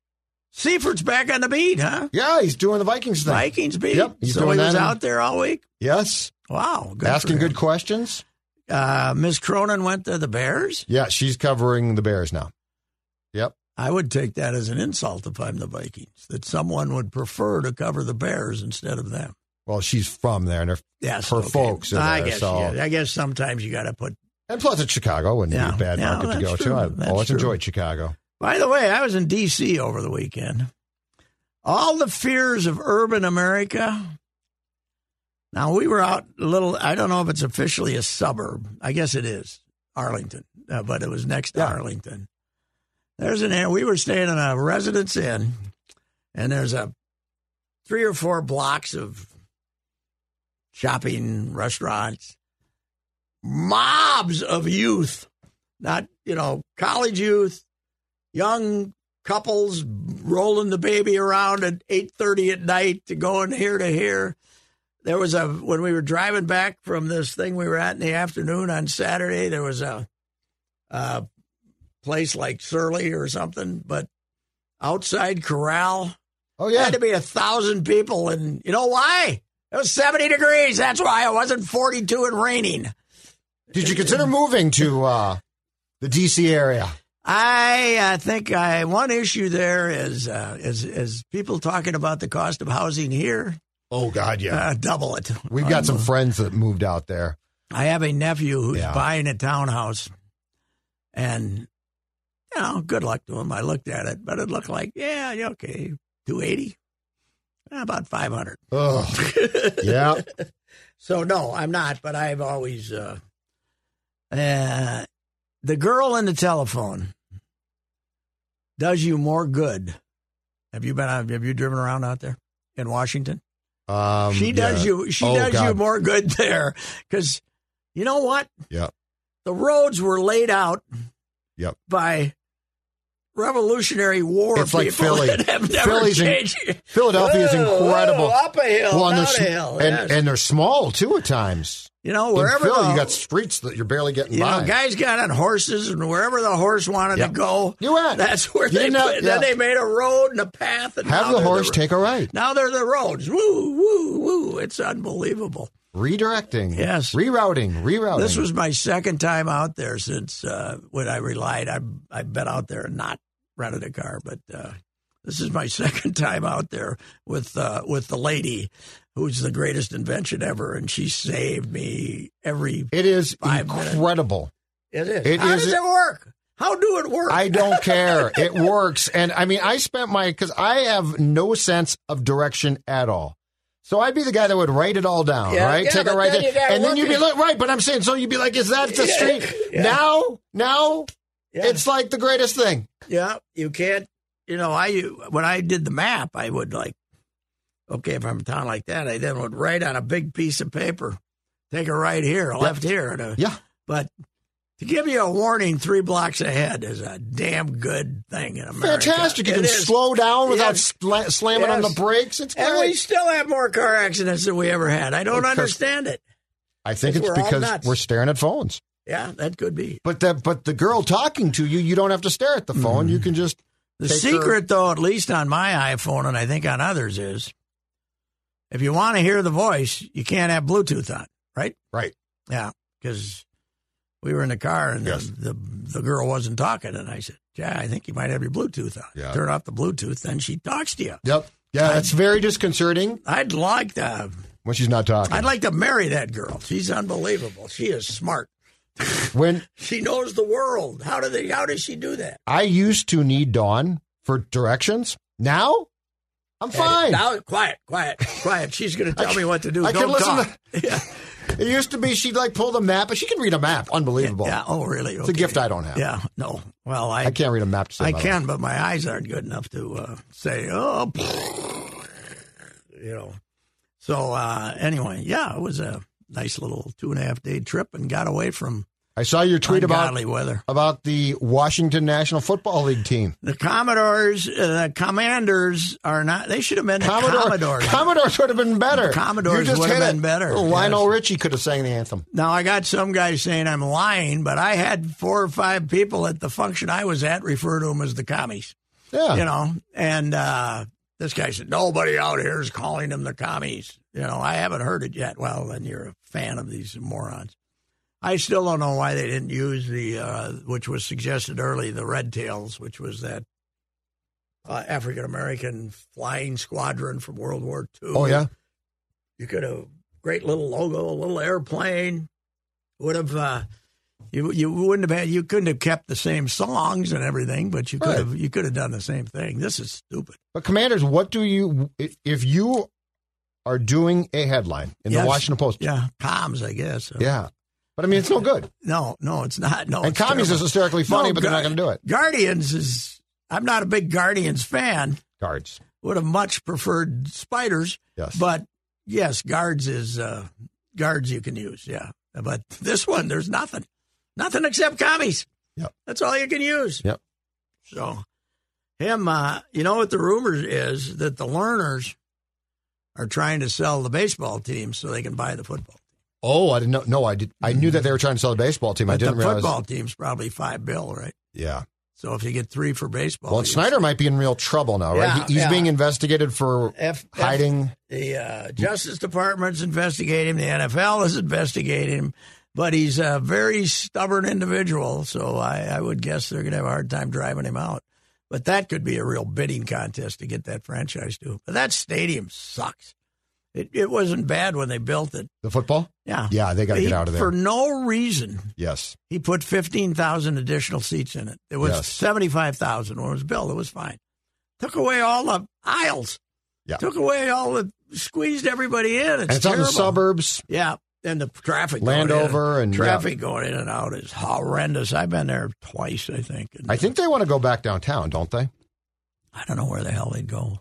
Speaker 2: Seifert's back on the beat, huh?
Speaker 4: Yeah, he's doing the Vikings thing.
Speaker 2: Vikings beat.
Speaker 4: Yep, he's
Speaker 2: so
Speaker 4: doing
Speaker 2: he was
Speaker 4: that in-
Speaker 2: out there all week.
Speaker 4: Yes,
Speaker 2: Wow, good
Speaker 4: asking
Speaker 2: for him.
Speaker 4: good questions.
Speaker 2: Uh, Miss Cronin went to the Bears.
Speaker 4: Yeah, she's covering the Bears now. Yep.
Speaker 2: I would take that as an insult if I'm the Vikings, that someone would prefer to cover the Bears instead of them.
Speaker 4: Well, she's from there, and her
Speaker 2: Yes,
Speaker 4: her
Speaker 2: okay.
Speaker 4: folks are
Speaker 2: I
Speaker 4: there.
Speaker 2: guess.
Speaker 4: so,
Speaker 2: yeah. I guess sometimes you got to put.
Speaker 4: and plus, it's Chicago. Wouldn't
Speaker 2: Yeah,
Speaker 4: be a bad
Speaker 2: yeah,
Speaker 4: market to
Speaker 2: that's
Speaker 4: go
Speaker 2: true.
Speaker 4: to. I've
Speaker 2: That's
Speaker 4: always
Speaker 2: true.
Speaker 4: enjoyed Chicago.
Speaker 2: By the way, I was in D.C. over the weekend. All the fears of urban America. Now we were out a little. I don't know if it's officially a suburb. I guess it is Arlington, uh, but it was next to
Speaker 4: Yeah.
Speaker 2: Arlington. There's an inn. We were staying in a residence inn, and there's a three or four blocks of shopping restaurants, mobs of youth, not, you know, college youth, young couples rolling the baby around at 8.30 at night to going here to here. There was a, when we were driving back from this thing we were at in the afternoon on Saturday, there was a, a place like Surly or something, but outside Corral.
Speaker 4: Oh
Speaker 2: There
Speaker 4: yeah,
Speaker 2: had to be a thousand people, and you know why? It was seventy degrees. That's why it wasn't forty-two and raining.
Speaker 4: did you consider moving to uh, the D.C. area?
Speaker 2: I uh, think I one issue there is uh, is is people talking about the cost of housing here.
Speaker 4: Oh God,
Speaker 2: Uh, double it.
Speaker 4: We've got some friends that moved out there.
Speaker 2: I have a nephew who's
Speaker 4: Yeah.
Speaker 2: buying a townhouse, and you know, good luck to him. I looked at it, but it looked like yeah, yeah, okay, two eighty, about five hundred. (laughs)
Speaker 4: Ugh. (laughs) yeah,
Speaker 2: So no, I'm not. But I've always uh, uh, the girl in the telephone does you more good. Have you been? Have you driven around out there in Washington?
Speaker 4: um,
Speaker 2: she does
Speaker 4: yeah.
Speaker 2: you. She
Speaker 4: Oh,
Speaker 2: does you
Speaker 4: God.
Speaker 2: more good (laughs) there because you know what?
Speaker 4: Yeah.
Speaker 2: the roads were laid out.
Speaker 4: Yep.
Speaker 2: by. Revolutionary War.
Speaker 4: It's like
Speaker 2: people (laughs)
Speaker 4: Philly.
Speaker 2: that have never
Speaker 4: Philly's in-
Speaker 2: changed.
Speaker 4: Philadelphia is
Speaker 2: Whoa,
Speaker 4: incredible.
Speaker 2: whoa, up a hill,
Speaker 4: Well, and
Speaker 2: down
Speaker 4: they're
Speaker 2: a
Speaker 4: sm-
Speaker 2: hill.
Speaker 4: and,
Speaker 2: yes.
Speaker 4: and they're small too at times.
Speaker 2: you know,
Speaker 4: In
Speaker 2: wherever
Speaker 4: Philly,
Speaker 2: the-
Speaker 4: you got streets that you're barely getting
Speaker 2: You
Speaker 4: by.
Speaker 2: know, guys got on horses, and wherever the horse wanted
Speaker 4: Yeah.
Speaker 2: to go,
Speaker 4: You went.
Speaker 2: That's where
Speaker 4: You
Speaker 2: they.
Speaker 4: didn't have-
Speaker 2: put- Then
Speaker 4: yeah.
Speaker 2: they made a road and a path. And now
Speaker 4: Have the
Speaker 2: they're
Speaker 4: horse
Speaker 2: ro-
Speaker 4: take a right.
Speaker 2: Now they're the roads. Woo, woo, woo! It's unbelievable.
Speaker 4: Redirecting.
Speaker 2: Yes.
Speaker 4: Rerouting. Rerouting.
Speaker 2: This was my second time out there since uh, when I relied. I I've been out there and not rented a car, but uh, this is my (laughs) second time out there with uh, with the lady who's the greatest invention ever, and she saved me every.
Speaker 4: It is
Speaker 2: Five minutes.
Speaker 4: incredible.
Speaker 2: It is.
Speaker 4: It
Speaker 2: How
Speaker 4: is-
Speaker 2: does it work? How do it work?
Speaker 4: I
Speaker 2: (laughs)
Speaker 4: don't care. It works. And I mean, I spent my, because I have no sense of direction at all. So I'd be the guy that would write it all down,
Speaker 2: Yeah,
Speaker 4: right?
Speaker 2: yeah,
Speaker 4: Take it
Speaker 2: but
Speaker 4: right
Speaker 2: then you
Speaker 4: there.
Speaker 2: gotta
Speaker 4: And then
Speaker 2: work
Speaker 4: you'd be
Speaker 2: it.
Speaker 4: like, right, but I'm saying, so you'd be like, is that the street?
Speaker 2: Yeah.
Speaker 4: Now, now,
Speaker 2: Yeah.
Speaker 4: it's like the greatest thing.
Speaker 2: Yeah, you can't. You know, I when I did the map, I would like, okay, if I'm in town like that, I then would write on a big piece of paper, take a right here, a left here, and a,
Speaker 4: Yeah.
Speaker 2: But to give you a warning, three blocks ahead is a damn good thing in America.
Speaker 4: Fantastic. You
Speaker 2: It
Speaker 4: can
Speaker 2: is.
Speaker 4: slow down without
Speaker 2: Yes.
Speaker 4: sla- slamming on the
Speaker 2: Yes.
Speaker 4: brakes. It's
Speaker 2: And we
Speaker 4: great.
Speaker 2: still have more car accidents than we ever had. I don't
Speaker 4: Because-
Speaker 2: understand it.
Speaker 4: I think it's
Speaker 2: we're all
Speaker 4: because
Speaker 2: nuts.
Speaker 4: we're staring at phones.
Speaker 2: Yeah, that could be.
Speaker 4: But the, but the girl talking to you, you don't have to stare at the phone.
Speaker 2: Mm-hmm.
Speaker 4: You can just
Speaker 2: The
Speaker 4: Take
Speaker 2: secret, though, at least on my iPhone and I think on others, is if you want to hear the voice, you can't have Bluetooth on, right?
Speaker 4: Right.
Speaker 2: Yeah, because we were in the car and
Speaker 4: Yes.
Speaker 2: the, the the girl wasn't talking, and I said, "Yeah, I think you might have your Bluetooth on.
Speaker 4: Yeah.
Speaker 2: Turn off the Bluetooth, then she talks to you."
Speaker 4: Yep. Yeah, that's very disconcerting
Speaker 2: I'd like to.
Speaker 4: when she's not talking.
Speaker 2: I'd like to marry that girl. She's unbelievable. She is smart.
Speaker 4: when
Speaker 2: She knows the world. How do they? How does she do that?
Speaker 4: I used to need Dawn for directions. Now I'm fine.
Speaker 2: Now, quiet, quiet, quiet. She's going to tell me what to do.
Speaker 4: I can
Speaker 2: Don't
Speaker 4: listen
Speaker 2: talk. (laughs) yeah.
Speaker 4: It used to be she'd like pull the map, but she can read a map. Unbelievable.
Speaker 2: yeah. Oh, really?
Speaker 4: It's a gift I don't have.
Speaker 2: Yeah. No. Well,
Speaker 4: I
Speaker 2: I
Speaker 4: can't read a map. To save
Speaker 2: I
Speaker 4: my
Speaker 2: can, but my eyes aren't good enough to uh, say, oh, (laughs) you know. So uh, anyway, yeah, it was a nice little two and a half day trip and got away from
Speaker 4: life. I saw your tweet about
Speaker 2: ungodly weather.
Speaker 4: about the Washington National Football League team.
Speaker 2: The Commodores, uh, the Commanders are not. They should have been the
Speaker 4: Commodore,
Speaker 2: (laughs) Commodores.
Speaker 4: Commodores would have been better.
Speaker 2: Commodores
Speaker 4: You just
Speaker 2: would have
Speaker 4: hit
Speaker 2: been
Speaker 4: it.
Speaker 2: better.
Speaker 4: Lionel Richie could have sang the anthem.
Speaker 2: now I got some guys saying I'm lying, but I had four or five people at the function I was at refer to them as the commies.
Speaker 4: Yeah.
Speaker 2: you know. And uh, this guy said, nobody out here is calling them the commies. You know, I haven't heard it yet. Well, then you're a fan of these morons. I still don't know why they didn't use the, uh, which was suggested early, the Red Tails, which was that uh, African American flying squadron from World War II.
Speaker 4: oh yeah.
Speaker 2: You could have great little logo, a little airplane. Would have uh, you you wouldn't have had you couldn't have kept the same songs and everything, but you could
Speaker 4: Right.
Speaker 2: have you could have done the same thing. This is stupid.
Speaker 4: But commanders, what do you if you are doing a headline in
Speaker 2: Yes.
Speaker 4: the Washington Post?
Speaker 2: Yeah, comms, I guess.
Speaker 4: Yeah. But I mean, it's no good.
Speaker 2: No, no, it's not. No,
Speaker 4: and
Speaker 2: Oh, it's
Speaker 4: commies is
Speaker 2: terrible.
Speaker 4: hysterically funny,
Speaker 2: No,
Speaker 4: but they're
Speaker 2: Gu-
Speaker 4: not going to do it.
Speaker 2: Guardians is. I'm not a big Guardians fan.
Speaker 4: Guards.
Speaker 2: Would have much preferred spiders,
Speaker 4: Yes.
Speaker 2: but yes, guards is uh, guards you can use. Yeah, but this one there's nothing, nothing except commies.
Speaker 4: Yep.
Speaker 2: That's all you can use.
Speaker 4: Yep.
Speaker 2: So, him, uh, you know what the rumors is that the learners are trying to sell the baseball team so they can buy the football.
Speaker 4: oh, I didn't know. No, I did. I knew that they were trying to sell the baseball team. I
Speaker 2: But the
Speaker 4: didn't realize.
Speaker 2: football team's probably five bill, right?
Speaker 4: Yeah.
Speaker 2: So if you get three for baseball,
Speaker 4: Well,
Speaker 2: you-
Speaker 4: Snyder might be in real trouble now, right?
Speaker 2: Oh, Yeah,
Speaker 4: He- he's
Speaker 2: yeah. Eh,
Speaker 4: being investigated for
Speaker 2: F- F-
Speaker 4: hiding.
Speaker 2: the uh, Justice Department's investigating him. The NFL is investigating him. But he's a very stubborn individual, so I, I would guess they're going to have a hard time driving him out. But that could be a real bidding contest to get that franchise to. But that stadium sucks. It, it wasn't bad when they built it.
Speaker 4: The football?
Speaker 2: Yeah.
Speaker 4: Yeah, they got to
Speaker 2: He-
Speaker 4: get out of there.
Speaker 2: For no reason,
Speaker 4: yes.
Speaker 2: he put 15,000 additional seats in it. It was
Speaker 4: Yes.
Speaker 2: 75,000 when it was built. It was fine. Took away all the aisles.
Speaker 4: Yeah.
Speaker 2: Took away all the, squeezed everybody in. It's,
Speaker 4: And it's out in the
Speaker 2: terrible.
Speaker 4: suburbs.
Speaker 2: Yeah. And the traffic going
Speaker 4: Landover
Speaker 2: in,
Speaker 4: and-
Speaker 2: traffic going in and out is horrendous. I've been there twice, I think. And
Speaker 4: I think they want to go back downtown, don't they?
Speaker 2: I don't know where the hell they'd go.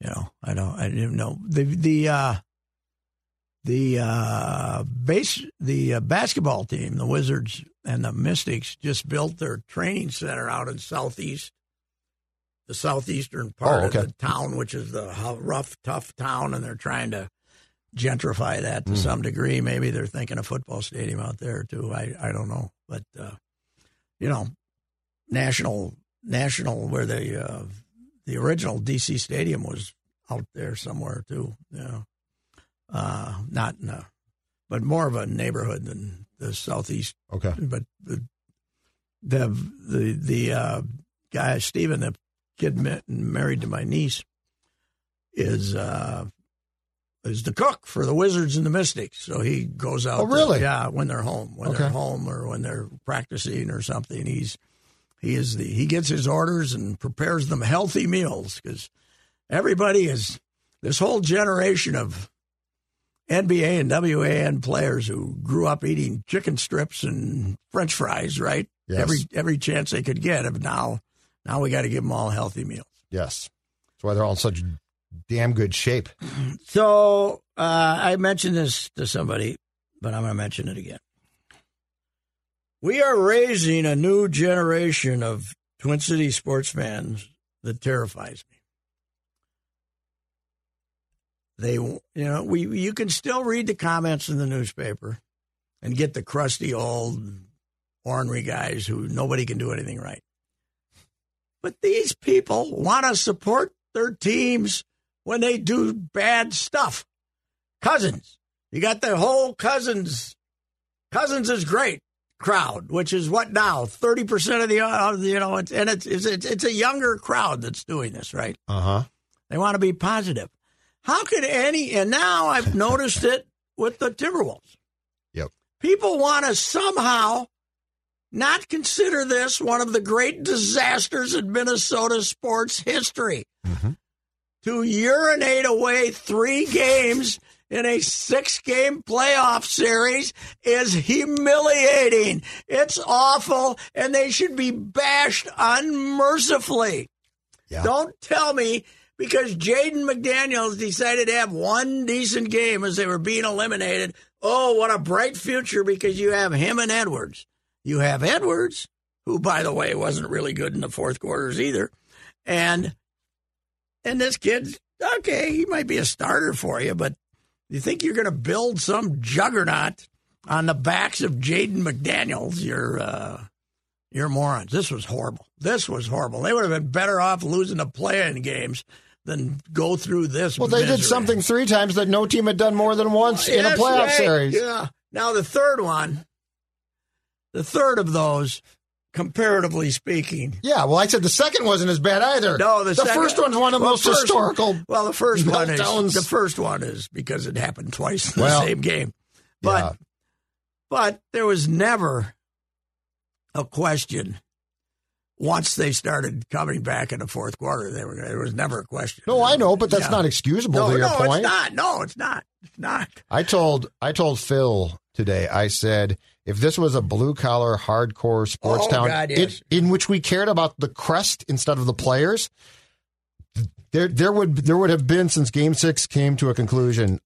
Speaker 2: You know, I don't. I didn't know the the uh, the uh, base the uh, basketball team, the Wizards and the Mystics, just built their training center out in southeast, the southeastern part
Speaker 4: Oh, okay.
Speaker 2: of the town, which is the ho- rough, tough town, and they're trying to gentrify that
Speaker 4: Hmm.
Speaker 2: to some degree. Maybe they're thinking a football stadium out there too. I I don't know, but uh, you know, national national where the uh, the original DC stadium was out there somewhere too. Yeah, uh, not in a but more of a neighborhood than the southeast.
Speaker 4: Okay.
Speaker 2: But the the the, the uh, guy Stephen, the kid ma- married to my niece, is uh, is the cook for the Wizards and the Mystics. So he goes out.
Speaker 4: Oh,
Speaker 2: to-
Speaker 4: really?
Speaker 2: yeah, when they're home, when they're
Speaker 4: Okay.
Speaker 2: home, or when they're practicing or something. He's he is the he gets his orders and prepares them healthy meals because everybody is this whole generation of NBA and WAN players who grew up eating chicken strips and French fries, right?
Speaker 4: Yes.
Speaker 2: Every every chance they could get. Of now, now we got to give them all healthy meals.
Speaker 4: Yes. That's why they're all in such damn good shape.
Speaker 2: So uh, I mentioned this to somebody, but I'm going to mention it again. We are raising a new generation of Twin City sports fans that terrifies me. They, you know, we you can still read the comments in the newspaper and get the crusty old ornery guys who nobody can do anything right. But these people want to support their teams when they do bad stuff. Cousins. You got the whole Cousins. Cousins is great crowd, which is what now? 30% of the, uh, you know, it's, and it's, it's, it's it's a younger crowd that's doing this, right?
Speaker 4: Uh huh.
Speaker 2: They want to be positive. How could any, and now I've noticed it with the Timberwolves.
Speaker 4: Yep.
Speaker 2: People want to somehow not consider this one of the great disasters in Minnesota sports history. To urinate away three games in a six game playoff series is humiliating. It's awful, and they should be bashed unmercifully.
Speaker 4: Yeah.
Speaker 2: Don't tell me because Jaden McDaniels decided to have one decent game as they were being eliminated. Oh, what a bright future because you have him and Edwards. You have Edwards, who by the way wasn't really good in the fourth quarters either. And and this kid's okay, he might be a starter for you, but you think you're going to build some juggernaut on the backs of Jaden McDaniels, your uh you're morons. This was horrible. This was horrible. They would have been better off losing the play-in games than go through this.
Speaker 4: Well, they
Speaker 2: misery.
Speaker 4: did something three times that no team had done more than once in a
Speaker 2: That's
Speaker 4: playoff
Speaker 2: right.
Speaker 4: series.
Speaker 2: Yeah. Now the third one, the third of those, comparatively speaking,
Speaker 4: Yeah, well, I said the second wasn't as bad either.
Speaker 2: no, the, second-
Speaker 4: first one's one of the
Speaker 2: Well,
Speaker 4: most
Speaker 2: first-
Speaker 4: historical.
Speaker 2: Well, the first one
Speaker 4: meltdowns.
Speaker 2: is the first one is because it happened twice in
Speaker 4: Well,
Speaker 2: the same game, but
Speaker 4: Yeah.
Speaker 2: but there was never a question. Once they started coming back in the fourth quarter, they were there was never a question.
Speaker 4: No, I know, but that's
Speaker 2: Yeah.
Speaker 4: not excusable
Speaker 2: no,
Speaker 4: to your
Speaker 2: no,
Speaker 4: point.
Speaker 2: it's not. No, it's not. It's not.
Speaker 4: I told I told Phil today. I said if this was a blue collar hardcore sports
Speaker 2: Oh,
Speaker 4: town
Speaker 2: God,
Speaker 4: it-
Speaker 2: yes.
Speaker 4: in which we cared about the crest instead of the players, there there would there would have been since Game Six came to a conclusion,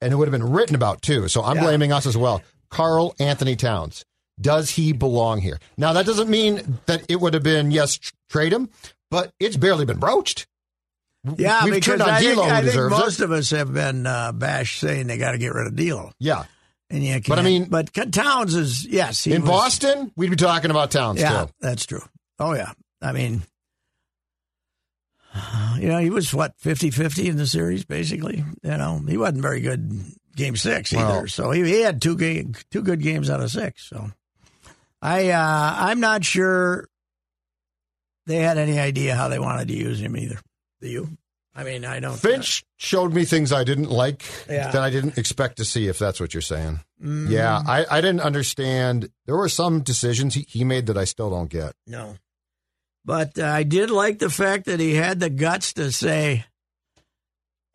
Speaker 4: and it would have been written about too. So I'm
Speaker 2: Yeah.
Speaker 4: blaming us as well. Carl Anthony Towns does he belong here? Now that doesn't mean that it would have been yes tr- trade him, but it's barely been broached.
Speaker 2: Yeah,
Speaker 4: We've
Speaker 2: because
Speaker 4: turned on
Speaker 2: I think,
Speaker 4: D'Lo, who
Speaker 2: I think
Speaker 4: deserves it.
Speaker 2: most of us have been uh, bashed saying they got to get rid of D'Lo,
Speaker 4: Yeah,
Speaker 2: and you can't.
Speaker 4: I mean-
Speaker 2: but Towns is yes, he
Speaker 4: in
Speaker 2: was-
Speaker 4: Boston we'd be talking about Towns
Speaker 2: Yeah,
Speaker 4: still.
Speaker 2: that's true. Oh, yeah. I mean, (sighs) you know, he was what, 50 50 in the series, basically? You know, he wasn't very good in game six either.
Speaker 4: Well-
Speaker 2: so he, he had two, ga- two good games out of six. So I, uh, I'm not sure they had any idea how they wanted to use him either. Do you? I mean, I don't. uh,
Speaker 4: Finch showed me things I didn't like
Speaker 2: Yeah.
Speaker 4: that I didn't expect to see, if that's what you're saying.
Speaker 2: Mm-hmm.
Speaker 4: Yeah, I, I didn't understand. There were some decisions he, he made that I still don't get.
Speaker 2: No. But uh, I did like the fact that he had the guts to say,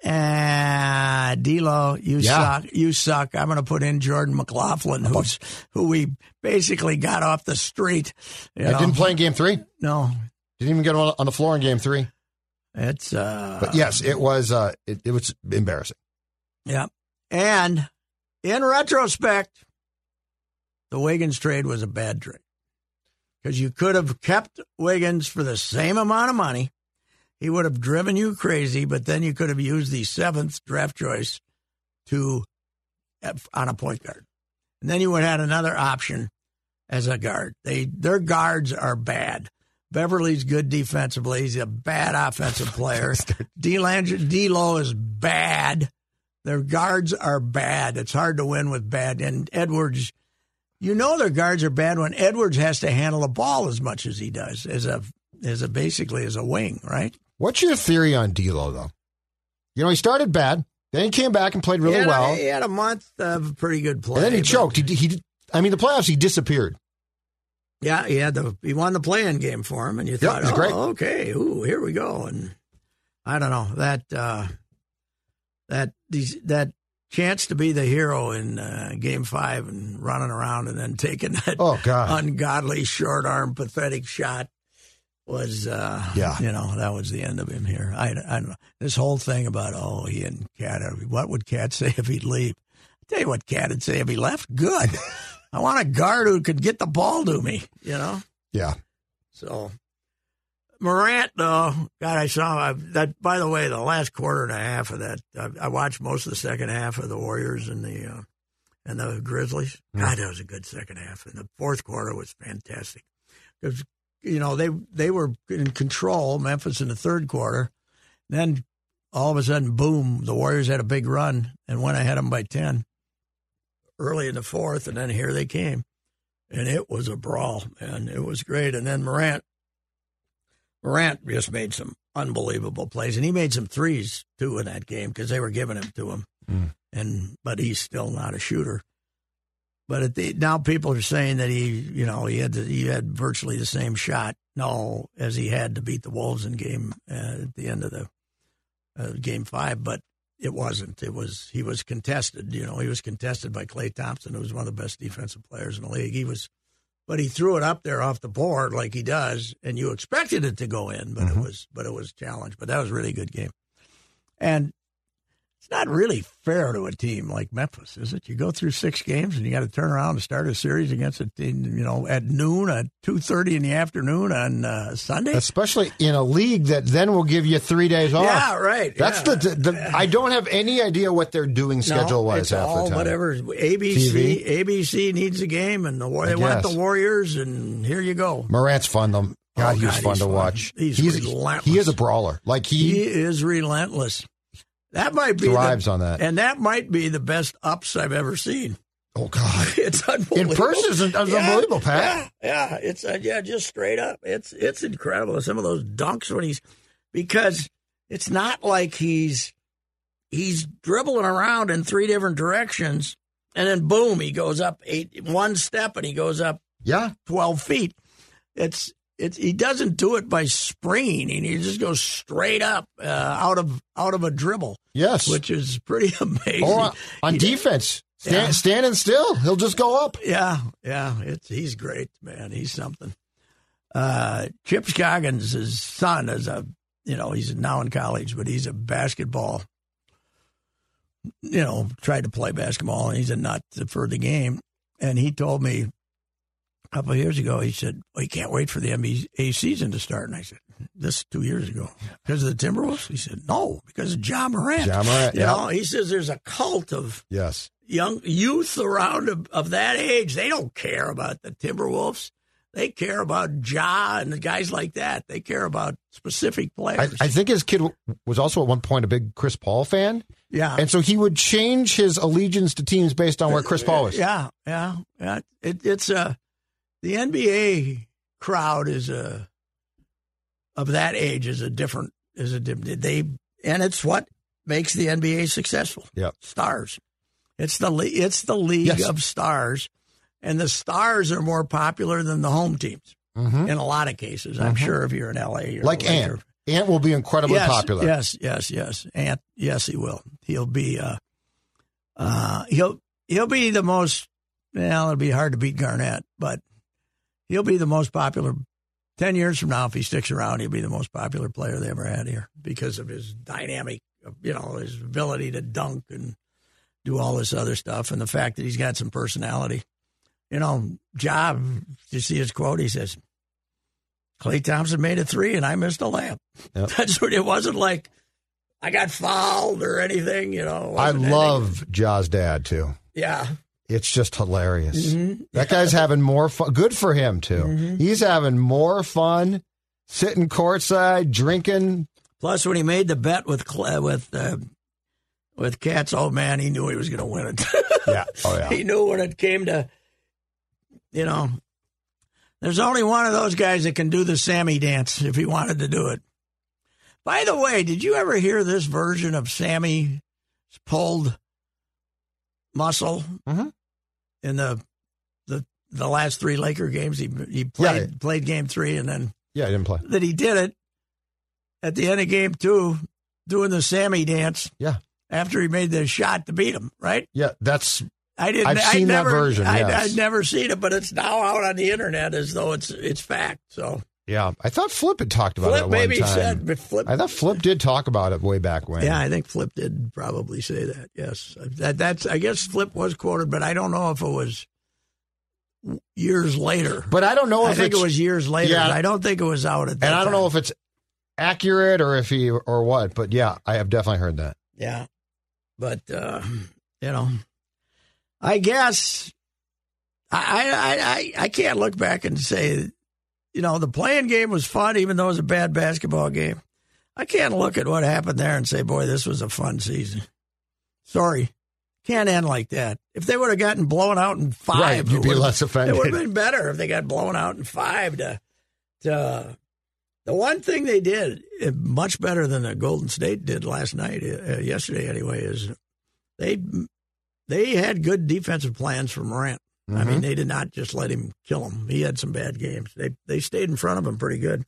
Speaker 2: "Ah, D'Lo, you
Speaker 4: Yeah. Oh.
Speaker 2: suck. You suck. I'm going to put in Jordan McLaughlin, who's who we basically got off the street." You
Speaker 4: I
Speaker 2: know?
Speaker 4: didn't play in game three.
Speaker 2: No,
Speaker 4: Didn't even get on, on the floor in game three.
Speaker 2: it's uh,
Speaker 4: But yes, it was uh, it, it was embarrassing.
Speaker 2: yeah. And in retrospect, the Wiggins trade was a bad trade because you could have kept Wiggins for the same amount of money. He would have driven you crazy, but then you could have used the seventh draft choice to uh, on a point guard, and then you would have had another option as a guard. They their guards are bad. Beverly's good defensively. He's a bad offensive player. D'Lo is bad. Their guards are bad. It's hard to win with bad. And Edwards, you know, their guards are bad when Edwards has to handle the ball as much as he does, as a as a basically as a wing, right?
Speaker 4: What's your theory on D'Lo though? You know, he started bad, then he came back and played really
Speaker 2: he had a-
Speaker 4: well,
Speaker 2: he had a month of pretty good play.
Speaker 4: and then he
Speaker 2: but-
Speaker 4: choked. He, he, I mean, the playoffs, he disappeared.
Speaker 2: Yeah, he had the he won the playing game for him, and you thought,
Speaker 4: it was
Speaker 2: oh,
Speaker 4: great.
Speaker 2: okay, ooh, here we go. And I don't know that uh, that these, that chance to be the hero in uh, game five and running around and then taking that
Speaker 4: Oh
Speaker 2: Uh,
Speaker 4: God,
Speaker 2: ungodly short arm pathetic shot was uh,
Speaker 4: Yeah.
Speaker 2: you know that was the end of him here. I, I don't know this whole thing about oh he and Cat are- what would Cat (laughs) say if he'd leave? I tell you what Cat would say if he left.
Speaker 4: (laughs)
Speaker 2: Good. I want a guard who could get the ball to me. You know.
Speaker 4: yeah.
Speaker 2: So Morant, though, God, I saw I, that. By the way, the last quarter and a half of that, I, I watched most of the second half of the Warriors and the uh, and the Grizzlies. God, that was a good second half, and the fourth quarter was fantastic. 'Cause, you know they they were in control, Memphis in the third quarter. Then all of a sudden, boom! The Warriors had a big run and went ahead them by ten early in the fourth, and then here they came and it was a brawl, man. It was great. And then Morant, Morant just made some unbelievable plays, and he made some threes too in that game because they were giving them to him. And but he's still not a shooter. But at the, now people are saying that he, you know, he had the, he had virtually the same shot, no, as he had to beat the Wolves in game uh, at the end of the uh, game five, but. It wasn't. It was he was contested. You know, he was contested by Clay Thompson, who was one of the best defensive players in the league. He was, but he threw it up there off the board like he does, and you expected it to go in, but
Speaker 4: Mm-hmm.
Speaker 2: it was, but it was challenged. But that was a really good game, and it's not really fair to a team like Memphis, is it? You go through six games and you got to turn around and start a series against a team, you know, at noon, at two thirty in the afternoon on uh, Sunday.
Speaker 4: Especially in a league that then will give you three days off.
Speaker 2: yeah, right.
Speaker 4: That's
Speaker 2: yeah.
Speaker 4: the, the, I don't have any idea what they're doing
Speaker 2: No,
Speaker 4: schedule wise
Speaker 2: it's
Speaker 4: half
Speaker 2: all
Speaker 4: the time.
Speaker 2: Whatever ABC,
Speaker 4: TV?
Speaker 2: ABC needs a game, and the War-
Speaker 4: I
Speaker 2: they want the
Speaker 4: guess.
Speaker 2: Warriors, and here you go.
Speaker 4: Morant's fun though. God, he was
Speaker 2: Oh, God,
Speaker 4: fun
Speaker 2: he's
Speaker 4: to
Speaker 2: fun.
Speaker 4: watch.
Speaker 2: He's relentless.
Speaker 4: He is a brawler. Like
Speaker 2: He
Speaker 4: he,
Speaker 2: is relentless. That might be
Speaker 4: thrives
Speaker 2: the, (laughs)
Speaker 4: on that.
Speaker 2: and that might be the best ups I've ever seen. (laughs)
Speaker 4: oh God,
Speaker 2: It's unbelievable.
Speaker 4: in person is is
Speaker 2: Yeah,
Speaker 4: unbelievable, Pat.
Speaker 2: Yeah, yeah, it's uh, yeah, just straight up. It's it's incredible. Some of those dunks when he's because it's not like he's he's dribbling around in three different directions and then boom, he goes up eight one step and he goes up
Speaker 4: Yeah,
Speaker 2: 12 feet. It's it's he doesn't do it by springing. He just goes straight up uh, out of out of a dribble,
Speaker 4: yes.
Speaker 2: which is pretty (laughs) amazing.
Speaker 4: or on, on
Speaker 2: He-
Speaker 4: defense, stand,
Speaker 2: Yeah.
Speaker 4: standing still, he'll just go up.
Speaker 2: yeah, yeah, it's he's great, man. He's something. Uh, Chip Scoggins' his son is a you know he's now in college, but he's a basketball. You know, tried to play basketball, and he's a nut for the game. And he told me a couple of years ago, he said, "Well, you can't wait for the NBA season to start." And I said, "This two years ago because of the Timberwolves." He said, "No, because of John Morant."
Speaker 4: Ja Morant,
Speaker 2: you
Speaker 4: yeah.
Speaker 2: know, he says there's a cult of
Speaker 4: Yes,
Speaker 2: young youth around of, of that age. They don't care about the Timberwolves. They care about Ja and the guys like that. They care about specific
Speaker 4: I,
Speaker 2: players.
Speaker 4: I think his kid w- was also at one point a big Chris Paul fan,
Speaker 2: yeah.
Speaker 4: and so he would change his allegiance to teams based on where Chris Paul was.
Speaker 2: Yeah, yeah, yeah. It, it's a the NBA crowd is a of that age is a different is a different they and it's what makes the NBA successful.
Speaker 4: Yep.
Speaker 2: stars. It's the le- it's the league
Speaker 4: Yes.
Speaker 2: of stars, and the stars are more popular than the home teams in a lot of cases. I'm sure if you're in LA, you're
Speaker 4: Mm-hmm. Like
Speaker 2: a Laker
Speaker 4: Ant. Ant will be incredibly
Speaker 2: yes,
Speaker 4: popular.
Speaker 2: Yes, yes, yes. And yes, he will. He'll be uh, uh, he'll he'll be the most. Well, it'll be hard to beat Garnett, but he'll be the most popular. Ten years from now, if he sticks around, he'll be the most popular player they ever had here because of his dynamic, you know, his ability to dunk and do all this other stuff, and the fact that he's got some personality. You know, job. You see his quote. He says, Clay Thompson made a three and I missed a layup. (laughs) That's what it wasn't like I got fouled or anything, you know. It
Speaker 4: I
Speaker 2: wasn't
Speaker 4: love Ja's dad too.
Speaker 2: anything. Yeah.
Speaker 4: It's just hilarious.
Speaker 2: Mm-hmm.
Speaker 4: That guy's having more fun. Good for him too. He's having more fun sitting courtside drinking.
Speaker 2: Plus, when he made the bet with Cl- uh, with uh, with Cats, oh man, he knew he was going to win it.
Speaker 4: Yeah.
Speaker 2: (laughs)
Speaker 4: Oh, yeah.
Speaker 2: he knew when it came to, you know, there's only one of those guys that can do the Sammy dance if he wanted to do it. By the way, did you ever hear this version of Sammy's pulled muscle
Speaker 4: Mhm.
Speaker 2: in the the the last three Laker games? He he played
Speaker 4: Yeah.
Speaker 2: played game three and then
Speaker 4: Yeah, I didn't play.
Speaker 2: that he did it at the end of game two, doing the Sammy dance
Speaker 4: Yeah.
Speaker 2: after he made the shot to beat him. Right?
Speaker 4: Yeah, that's
Speaker 2: I didn't.
Speaker 4: I've
Speaker 2: I
Speaker 4: seen that
Speaker 2: never,
Speaker 4: version,
Speaker 2: I,
Speaker 4: yes.
Speaker 2: I'd never seen it, but it's now out on the internet as though it's it's fact. So
Speaker 4: yeah. I thought Flip had talked about it
Speaker 2: Flip
Speaker 4: at
Speaker 2: maybe
Speaker 4: one time.
Speaker 2: said but Flip.
Speaker 4: I thought Flip did talk about it way back when.
Speaker 2: yeah, I think Flip did probably say that. Yes, that that's. I guess Flip was quoted, but I don't know if it was years later.
Speaker 4: But I don't know if
Speaker 2: I think it
Speaker 4: it's
Speaker 2: was years later.
Speaker 4: Yeah.
Speaker 2: I don't think it was out at that
Speaker 4: and I don't know
Speaker 2: time.
Speaker 4: if it's accurate or if he or what, but yeah, I have definitely heard that.
Speaker 2: Yeah. But uh, (clears throat) you know, I guess I, I I I can't look back and say, you know, the playing game was fun, even though it was a bad basketball game. I can't look at what happened there and say, boy, this was a fun season. Sorry, can't end like that. If they would have gotten blown out in five,
Speaker 4: Right, you'd
Speaker 2: it
Speaker 4: be
Speaker 2: would've-
Speaker 4: less offended.
Speaker 2: It would have been better if they got blown out in five to to the one thing they did eh, much better than the Golden State did last night, eh, eh, yesterday anyway, is they they had good defensive plans for Morant. I
Speaker 4: Mm-hmm.
Speaker 2: mean, they did not just let him kill him. He had some bad games. They they stayed in front of him pretty good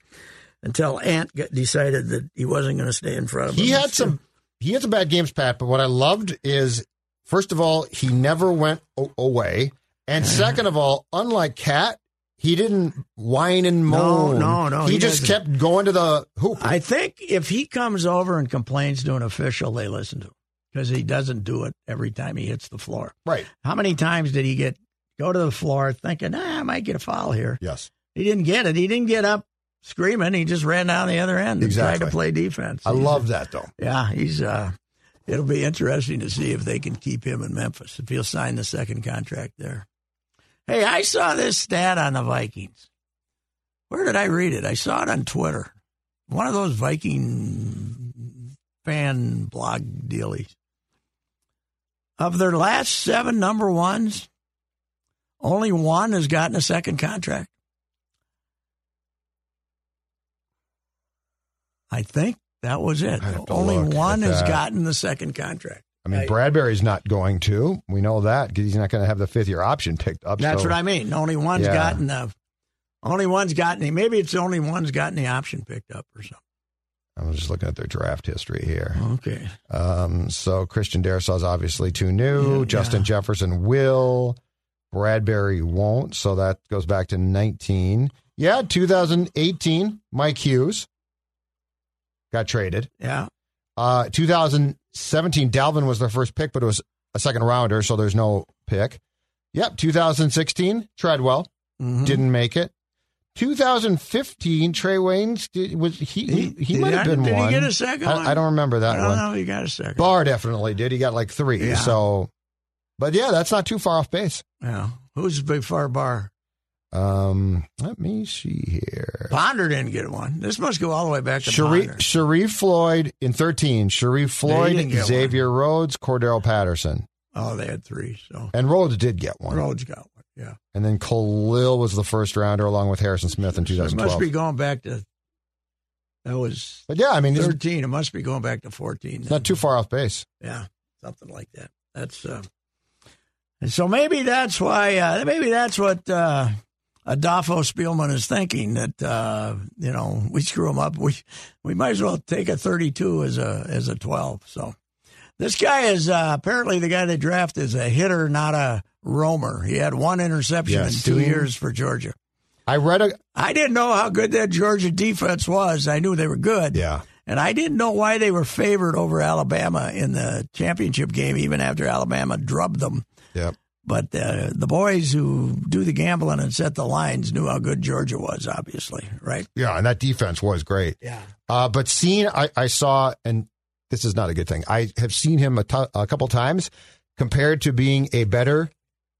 Speaker 2: until Ant got, decided that he wasn't going to stay in front of him.
Speaker 4: He had some he had some bad games, Pat, but what I loved is first of all, he never went o- away. And second of all, unlike Cat, he didn't whine and
Speaker 2: No,
Speaker 4: moan.
Speaker 2: no, no,
Speaker 4: He,
Speaker 2: he
Speaker 4: just
Speaker 2: doesn't.
Speaker 4: kept going to the hoop.
Speaker 2: I think if he comes over and complains to an official, they listen to him because he doesn't do it every time he hits the floor.
Speaker 4: right.
Speaker 2: How many times did he get go to the floor thinking, ah, I might get a foul here?
Speaker 4: Yes.
Speaker 2: He didn't get it. He didn't get up screaming. He just ran down the other end and tried
Speaker 4: Exactly.
Speaker 2: to play defense.
Speaker 4: I love that though.
Speaker 2: Yeah, he's. uh It'll be interesting to see if they can keep him in Memphis if he'll sign the second contract there. Hey, I saw this stat on the Vikings. Where did I read it? I saw it on Twitter. One of those Viking fan blog dealies. Of their last seven number ones, only one has gotten a second contract. I think that was it.
Speaker 4: I have to
Speaker 2: Only
Speaker 4: look
Speaker 2: one
Speaker 4: at
Speaker 2: has
Speaker 4: that.
Speaker 2: gotten the second contract.
Speaker 4: I mean,
Speaker 2: Right.
Speaker 4: Bradbury's not going to. We know that 'cause he's not going to have the fifth year option picked up.
Speaker 2: That's
Speaker 4: so-
Speaker 2: what I mean. Only one's
Speaker 4: Yeah.
Speaker 2: gotten the. Only one's gotten the. Maybe it's only one's gotten the option picked up or something.
Speaker 4: I'm just looking at their draft history here.
Speaker 2: Okay.
Speaker 4: Um, so Christian Darisaw's obviously too new.
Speaker 2: Yeah,
Speaker 4: Justin
Speaker 2: yeah.
Speaker 4: Jefferson will. Bradbury won't. So that goes back to 19. Yeah, 2018, Mike Hughes got traded.
Speaker 2: Yeah.
Speaker 4: Uh, 2017, Dalvin was their first pick, but it was a second rounder, so there's no pick. Yep, 2016, Treadwell
Speaker 2: Mhm.
Speaker 4: didn't make it. 2015, Trey Waynes did, was he he, he,
Speaker 2: did
Speaker 4: might have
Speaker 2: I-
Speaker 4: been
Speaker 2: did
Speaker 4: one.
Speaker 2: he get a second one?
Speaker 4: I, I don't remember
Speaker 2: I
Speaker 4: that
Speaker 2: don't
Speaker 4: one.
Speaker 2: know. if He got a second.
Speaker 4: Barr definitely did. He got like three.
Speaker 2: Yeah.
Speaker 4: So, but yeah, that's not too far off base.
Speaker 2: yeah. Who's big far bar?
Speaker 4: Um, let me see here.
Speaker 2: Ponder didn't get one. This must go all the way back to Ponder.
Speaker 4: Sharif, Sharif Floyd in 13. Sharif Floyd,
Speaker 2: didn't get
Speaker 4: Xavier Rhodes, Cordero Patterson.
Speaker 2: Oh, they had three. So
Speaker 4: And Rhodes did get one.
Speaker 2: Rhodes got one. Yeah.
Speaker 4: And then Khalil was the first rounder along with Harrison Smith in
Speaker 2: So it must
Speaker 4: 2012.
Speaker 2: be going back to. That was
Speaker 4: but yeah, I mean, this is-
Speaker 2: thirteen. It must be going back to fourteen.
Speaker 4: it's not too far off base.
Speaker 2: Yeah, something like that. That's uh, and so maybe that's why uh, maybe that's what uh, Adolfo Spielman is thinking that uh, you know we screw him up. We we might as well take a thirty-two as a as a twelve. So this guy is uh, apparently the guy they draft is a hitter, not a roamer. He had one interception
Speaker 4: Yes.
Speaker 2: in two years for Georgia.
Speaker 4: I read a.
Speaker 2: I didn't know how good that Georgia defense was. I knew they were good.
Speaker 4: Yeah.
Speaker 2: And I didn't know why they were favored over Alabama in the championship game, even after Alabama drubbed them.
Speaker 4: Yep.
Speaker 2: But uh, the boys who do the gambling and set the lines knew how good Georgia was, obviously, right?
Speaker 4: Yeah. And that defense was great.
Speaker 2: Yeah.
Speaker 4: Uh, but seeing, I, I saw, and this is not a good thing. I have seen him a tou- a couple times compared to being a better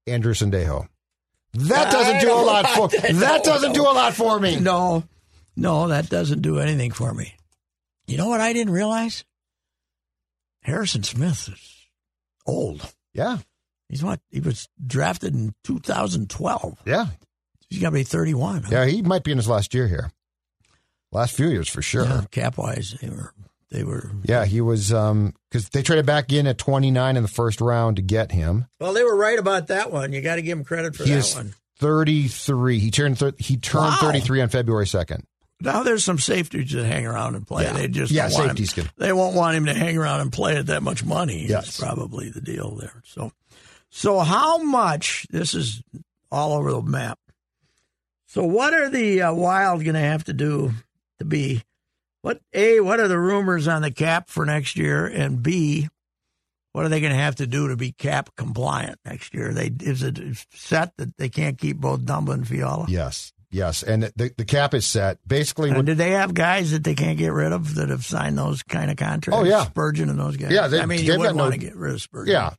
Speaker 4: Andrew Sandejo. That doesn't do a lot for that doesn't do a lot for me.
Speaker 2: No, no, that doesn't do anything for me. You know what I didn't realize? Harrison Smith is old.
Speaker 4: Yeah.
Speaker 2: He's what? He was drafted in 2012.
Speaker 4: Yeah.
Speaker 2: He's got to be 31. huh?
Speaker 4: Yeah. He might be in his last year here. Last few years for sure.
Speaker 2: Yeah,
Speaker 4: Yeah.
Speaker 2: cap wise, they were they were
Speaker 4: he was um because they traded back in at 29 in the first round to get him.
Speaker 2: well. They were right about that one. You got to give him credit for
Speaker 4: he
Speaker 2: that
Speaker 4: is
Speaker 2: one.
Speaker 4: 33. He turned thir- he turned
Speaker 2: Wow.
Speaker 4: 33 on February 2nd.
Speaker 2: Now there's some safeties that hang around and play.
Speaker 4: Yeah.
Speaker 2: They just
Speaker 4: Yeah,
Speaker 2: don't want
Speaker 4: safeties
Speaker 2: him-
Speaker 4: can-
Speaker 2: They won't want him to hang around and play at that much money.
Speaker 4: Yes.
Speaker 2: is probably the deal there. So, so how much? This is all over the map. So, what are the uh, Wild going to have to do to be? What a? What are the rumors on the cap for next year? And b? What are they going to have to do to be cap compliant next year? They is it set that they can't keep both Dumba and Fiala?
Speaker 4: Yes. Yes. And the, the cap is set. Basically,
Speaker 2: And
Speaker 4: what,
Speaker 2: do they have guys that they can't get rid of that have signed those kind of contracts?
Speaker 4: Oh, yeah.
Speaker 2: Spurgeon and those guys.
Speaker 4: Yeah, they-
Speaker 2: I mean,
Speaker 4: they've
Speaker 2: you wouldn't
Speaker 4: got no-
Speaker 2: want to get rid of Spurgeon.
Speaker 4: yeah.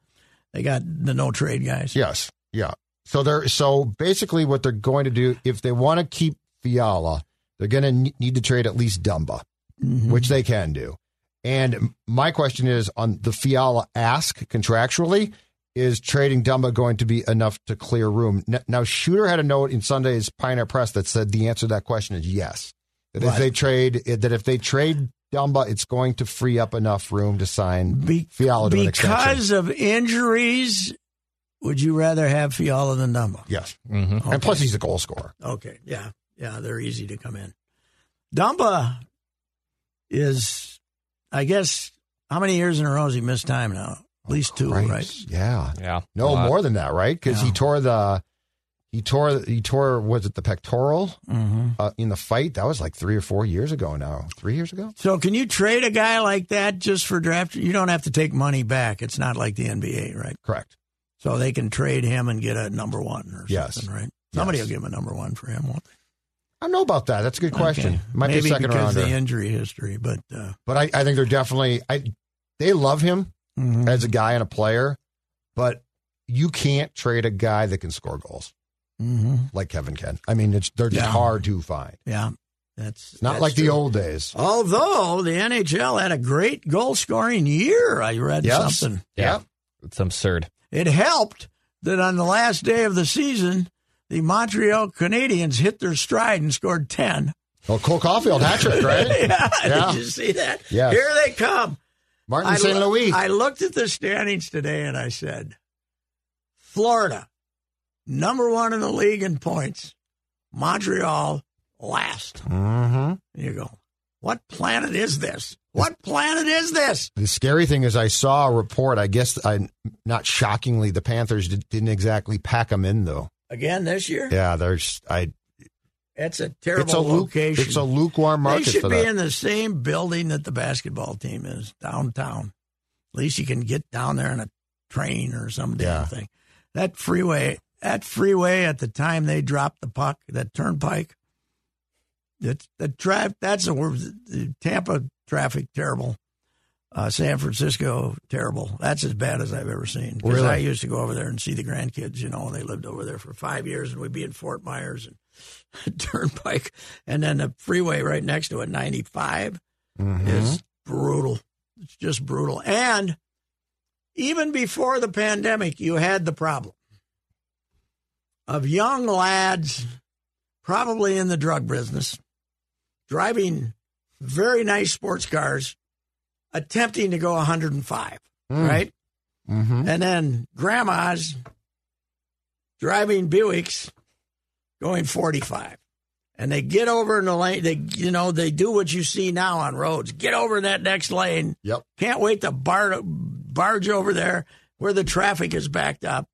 Speaker 2: they got the no trade guys.
Speaker 4: Yes. Yeah. So they're so basically what they're going to do if they want to keep Fiala, they're going to need to trade at least Dumba,
Speaker 2: Mm-hmm.
Speaker 4: which they can do. And my question is on the Fiala ask contractually is trading Dumba going to be enough to clear room? N- Now Shooter had a note in Sunday's Pioneer Press that said the answer to that question is yes. That if
Speaker 2: Right.
Speaker 4: they trade that if they trade Dumba, it's going to free up enough room to sign
Speaker 2: Be-
Speaker 4: Fiala to an extension.
Speaker 2: because of injuries. Would you rather have Fiala than Dumba?
Speaker 4: Yes.
Speaker 3: Mm-hmm.
Speaker 2: Okay.
Speaker 4: And plus he's a goal scorer.
Speaker 2: Okay, yeah, yeah, they're easy to come in. Dumba is, I guess, how many years in a row has he missed time now? At least two,
Speaker 4: Right.
Speaker 2: right?
Speaker 4: Yeah.
Speaker 3: Yeah. Uh,
Speaker 4: No
Speaker 3: A lot.
Speaker 4: more than that, right? Because he
Speaker 2: Yeah.
Speaker 4: tore the he tore he tore was it the pectoral
Speaker 2: Mm-hmm.
Speaker 4: uh, in the fight? That was like three or four years ago now. Three years ago.
Speaker 2: So can you trade a guy like that just for draft? You don't have to take money back. It's not like the NBA, right?
Speaker 4: Correct.
Speaker 2: So they can trade him and get a number one or
Speaker 4: Yes.
Speaker 2: something, right? Somebody
Speaker 4: Yes.
Speaker 2: will give him a number one for him. Won't they?
Speaker 4: I don't know about that. That's a good question.
Speaker 2: Okay.
Speaker 4: Might
Speaker 2: Maybe
Speaker 4: be a second
Speaker 2: because
Speaker 4: rounder,
Speaker 2: of the injury history, but uh,
Speaker 4: but I, I think they're definitely. I they love him
Speaker 2: mhm.
Speaker 4: as a guy and a player, but you can't trade a guy that can score goals
Speaker 2: Mhm.
Speaker 4: like Kevin can. I mean, it's they're just
Speaker 2: Yeah.
Speaker 4: hard to find.
Speaker 2: yeah, that's
Speaker 4: Not
Speaker 2: that's
Speaker 4: like the
Speaker 2: true.
Speaker 4: old days.
Speaker 2: Although the NHL had a great goal scoring year, I read
Speaker 4: Yes.
Speaker 2: something.
Speaker 3: Yeah. It's absurd.
Speaker 2: It helped that on the last day of the season, the Montreal Canadiens hit their stride and scored ten.
Speaker 4: Well, Cole Caulfield
Speaker 2: (laughs)
Speaker 4: hat trick, right?
Speaker 2: yeah,
Speaker 4: Yeah.
Speaker 2: Did you see that?
Speaker 4: Yes.
Speaker 2: Here they come.
Speaker 4: Martin St.
Speaker 2: lo-
Speaker 4: Louis.
Speaker 2: I looked at the standings today and I said, Florida, number one in the league in points. Montreal, last.
Speaker 4: mm-hmm.
Speaker 2: And you go, what planet is this? What planet is this?
Speaker 4: The scary thing is, I saw a report. I guess, I, not shockingly, the Panthers did, didn't exactly pack them in, though.
Speaker 2: Again this year?
Speaker 4: Yeah, there's. I.
Speaker 2: It's a terrible
Speaker 4: It's a lu-
Speaker 2: location.
Speaker 4: It's a lukewarm
Speaker 2: they
Speaker 4: market
Speaker 2: should
Speaker 4: for
Speaker 2: be
Speaker 4: that.
Speaker 2: in the same building that the basketball team is downtown. At least you can get down there in a train or some damn
Speaker 4: Yeah.
Speaker 2: thing. That freeway, that freeway at the time they dropped the puck, that turnpike, that the traffic. That's the word. the Tampa traffic terrible. Uh, San Francisco terrible. That's as bad as I've ever seen. 'Cause
Speaker 4: Really?
Speaker 2: I used to go over there and see the grandkids. You know, they lived over there for five years, and we'd be in Fort Myers and (laughs) turnpike and then the freeway right next to it 95 is brutal it's just brutal and even before the pandemic you had the problem of young lads probably in the drug business driving very nice sports cars attempting to go 105 right
Speaker 4: Mm-hmm.
Speaker 2: and then grandmas driving Buicks going 45. And they get over in the lane. They, you know, they do what you see now on roads. Get over in that next lane.
Speaker 4: Yep.
Speaker 2: Can't wait to bar, barge over there where the traffic is backed up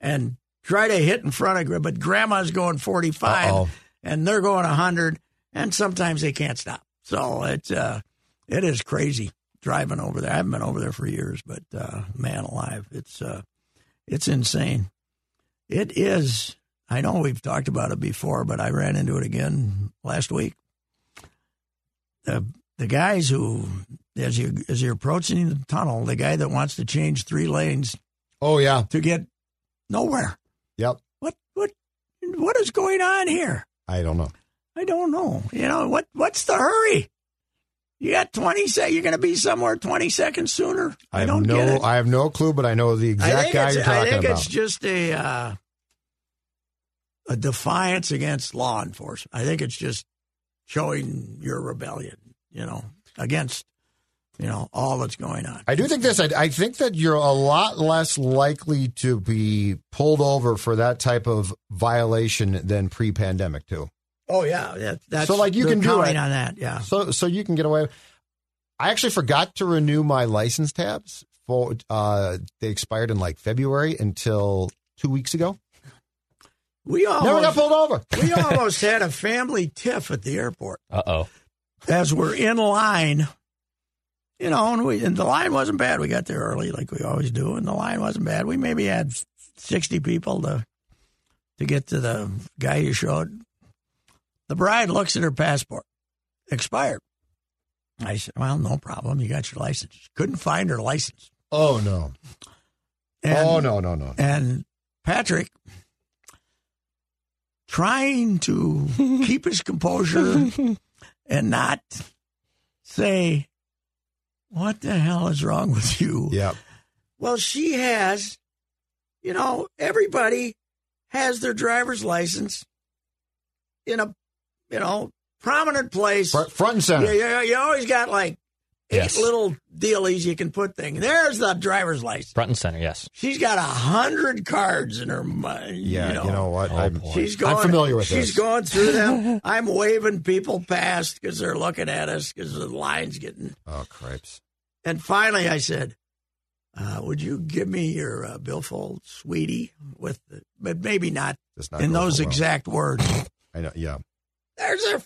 Speaker 2: and try to hit in front of, gra- but grandma's going 45
Speaker 4: Uh-oh.
Speaker 2: and they're going 100 and sometimes they can't stop. So it's, uh, it is crazy driving over there. I haven't been over there for years, but, uh, man alive. It's, uh, it's insane. It is. I know we've talked about it before, but I ran into it again last week. The the guys who, as you as you're approaching the tunnel, the guy that wants to change three lanes
Speaker 4: Oh yeah.
Speaker 2: to get nowhere.
Speaker 4: Yep.
Speaker 2: What what what is going on here?
Speaker 4: I don't know.
Speaker 2: I don't know. You know what? What's the hurry? You got 20 seconds. You're going to be somewhere 20 seconds sooner.
Speaker 4: I
Speaker 2: I
Speaker 4: have
Speaker 2: don't
Speaker 4: no,
Speaker 2: get it.
Speaker 4: I have no clue, but I know the
Speaker 2: I
Speaker 4: exact
Speaker 2: think
Speaker 4: guy
Speaker 2: it's-
Speaker 4: you're talking
Speaker 2: I think
Speaker 4: about.
Speaker 2: it's just a uh, a defiance against law enforcement. I think it's just showing your rebellion, you know, against you know all that's going on.
Speaker 4: I do think this. I, I think that you're a lot less likely to be pulled over for that type of violation than pre-pandemic too.
Speaker 2: Oh yeah, that, that's
Speaker 4: So, like, you
Speaker 2: they're
Speaker 4: can do
Speaker 2: counting
Speaker 4: it.
Speaker 2: on that. Yeah,
Speaker 4: So so you can get away. I actually forgot to renew my license tabs for uh, they expired in like February until two weeks ago.
Speaker 2: we almost
Speaker 4: Never got pulled over. (laughs)
Speaker 2: we almost had a family tiff at the airport
Speaker 3: Uh oh.
Speaker 2: as we're in line. You know, and, we, and the line wasn't bad. We got there early, like we always do, and the line wasn't bad. We maybe had sixty people to to get to the guy you showed. The bride looks at her passport, expired. I said, "Well, no problem. You got your license." Couldn't find her license.
Speaker 4: Oh no!
Speaker 2: And-
Speaker 4: oh no! No no!
Speaker 2: and Patrick trying to keep his composure and not say, What the hell is wrong with you?
Speaker 4: Yeah.
Speaker 2: Well, she has, you know, everybody has their driver's license in a, you know, prominent place.
Speaker 4: Fr- front and
Speaker 2: Yeah,
Speaker 4: center.
Speaker 2: yeah, you always got like eight
Speaker 3: Yes.
Speaker 2: little dealies you can put things. There's the driver's license.
Speaker 3: Front and center, yes.
Speaker 2: She's got a hundred cards in her mind.
Speaker 4: Yeah,
Speaker 2: you know,
Speaker 4: what?
Speaker 3: Oh,
Speaker 4: I'm,
Speaker 3: boy.
Speaker 2: she's going.
Speaker 4: I'm familiar with
Speaker 2: She's
Speaker 4: this.
Speaker 2: going through
Speaker 4: (laughs)
Speaker 2: them. I'm waving people past because they're looking at us because the line's getting.
Speaker 4: oh cripes!
Speaker 2: And finally, I said, uh, "Would you give me your uh, billfold, sweetie?" With, the, but maybe not
Speaker 4: It's not
Speaker 2: in
Speaker 4: going
Speaker 2: those
Speaker 4: so well.
Speaker 2: exact words.
Speaker 4: I know. Yeah.
Speaker 2: There's a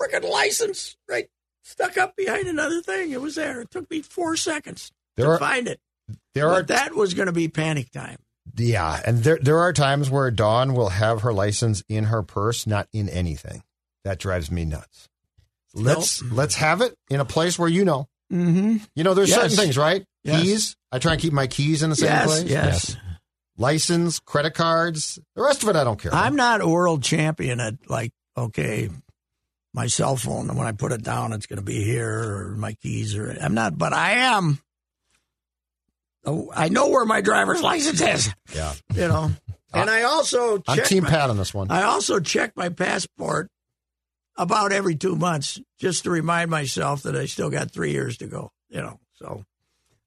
Speaker 2: freaking license right stuck up behind another thing. It was there. It took me four seconds
Speaker 4: There
Speaker 2: to
Speaker 4: are
Speaker 2: find it.
Speaker 4: there are
Speaker 2: but that was going to be panic time.
Speaker 4: Yeah, and there there are times where Dawn will have her license in her purse, not in anything. That drives me nuts. Let's let's have it in a place where you know.
Speaker 2: Mm-hmm.
Speaker 4: You know, there's
Speaker 2: Yes.
Speaker 4: certain things, right?
Speaker 2: Yes.
Speaker 4: Keys. I try and keep my keys in the same
Speaker 2: Yes,
Speaker 4: place.
Speaker 2: yes.
Speaker 4: License, credit cards, the rest of it I don't care.
Speaker 2: I'm not a world champion at like, okay, my cell phone, when I put it down, it's going to be here, or my keys, or I'm not, but I am. oh, I know where my driver's license is,
Speaker 4: yeah.
Speaker 2: you
Speaker 4: (laughs)
Speaker 2: know. and I also check
Speaker 4: I'm team
Speaker 2: my,
Speaker 4: Pat on this one.
Speaker 2: I also check my passport about every two months just to remind myself that I still got three years to go, you know. So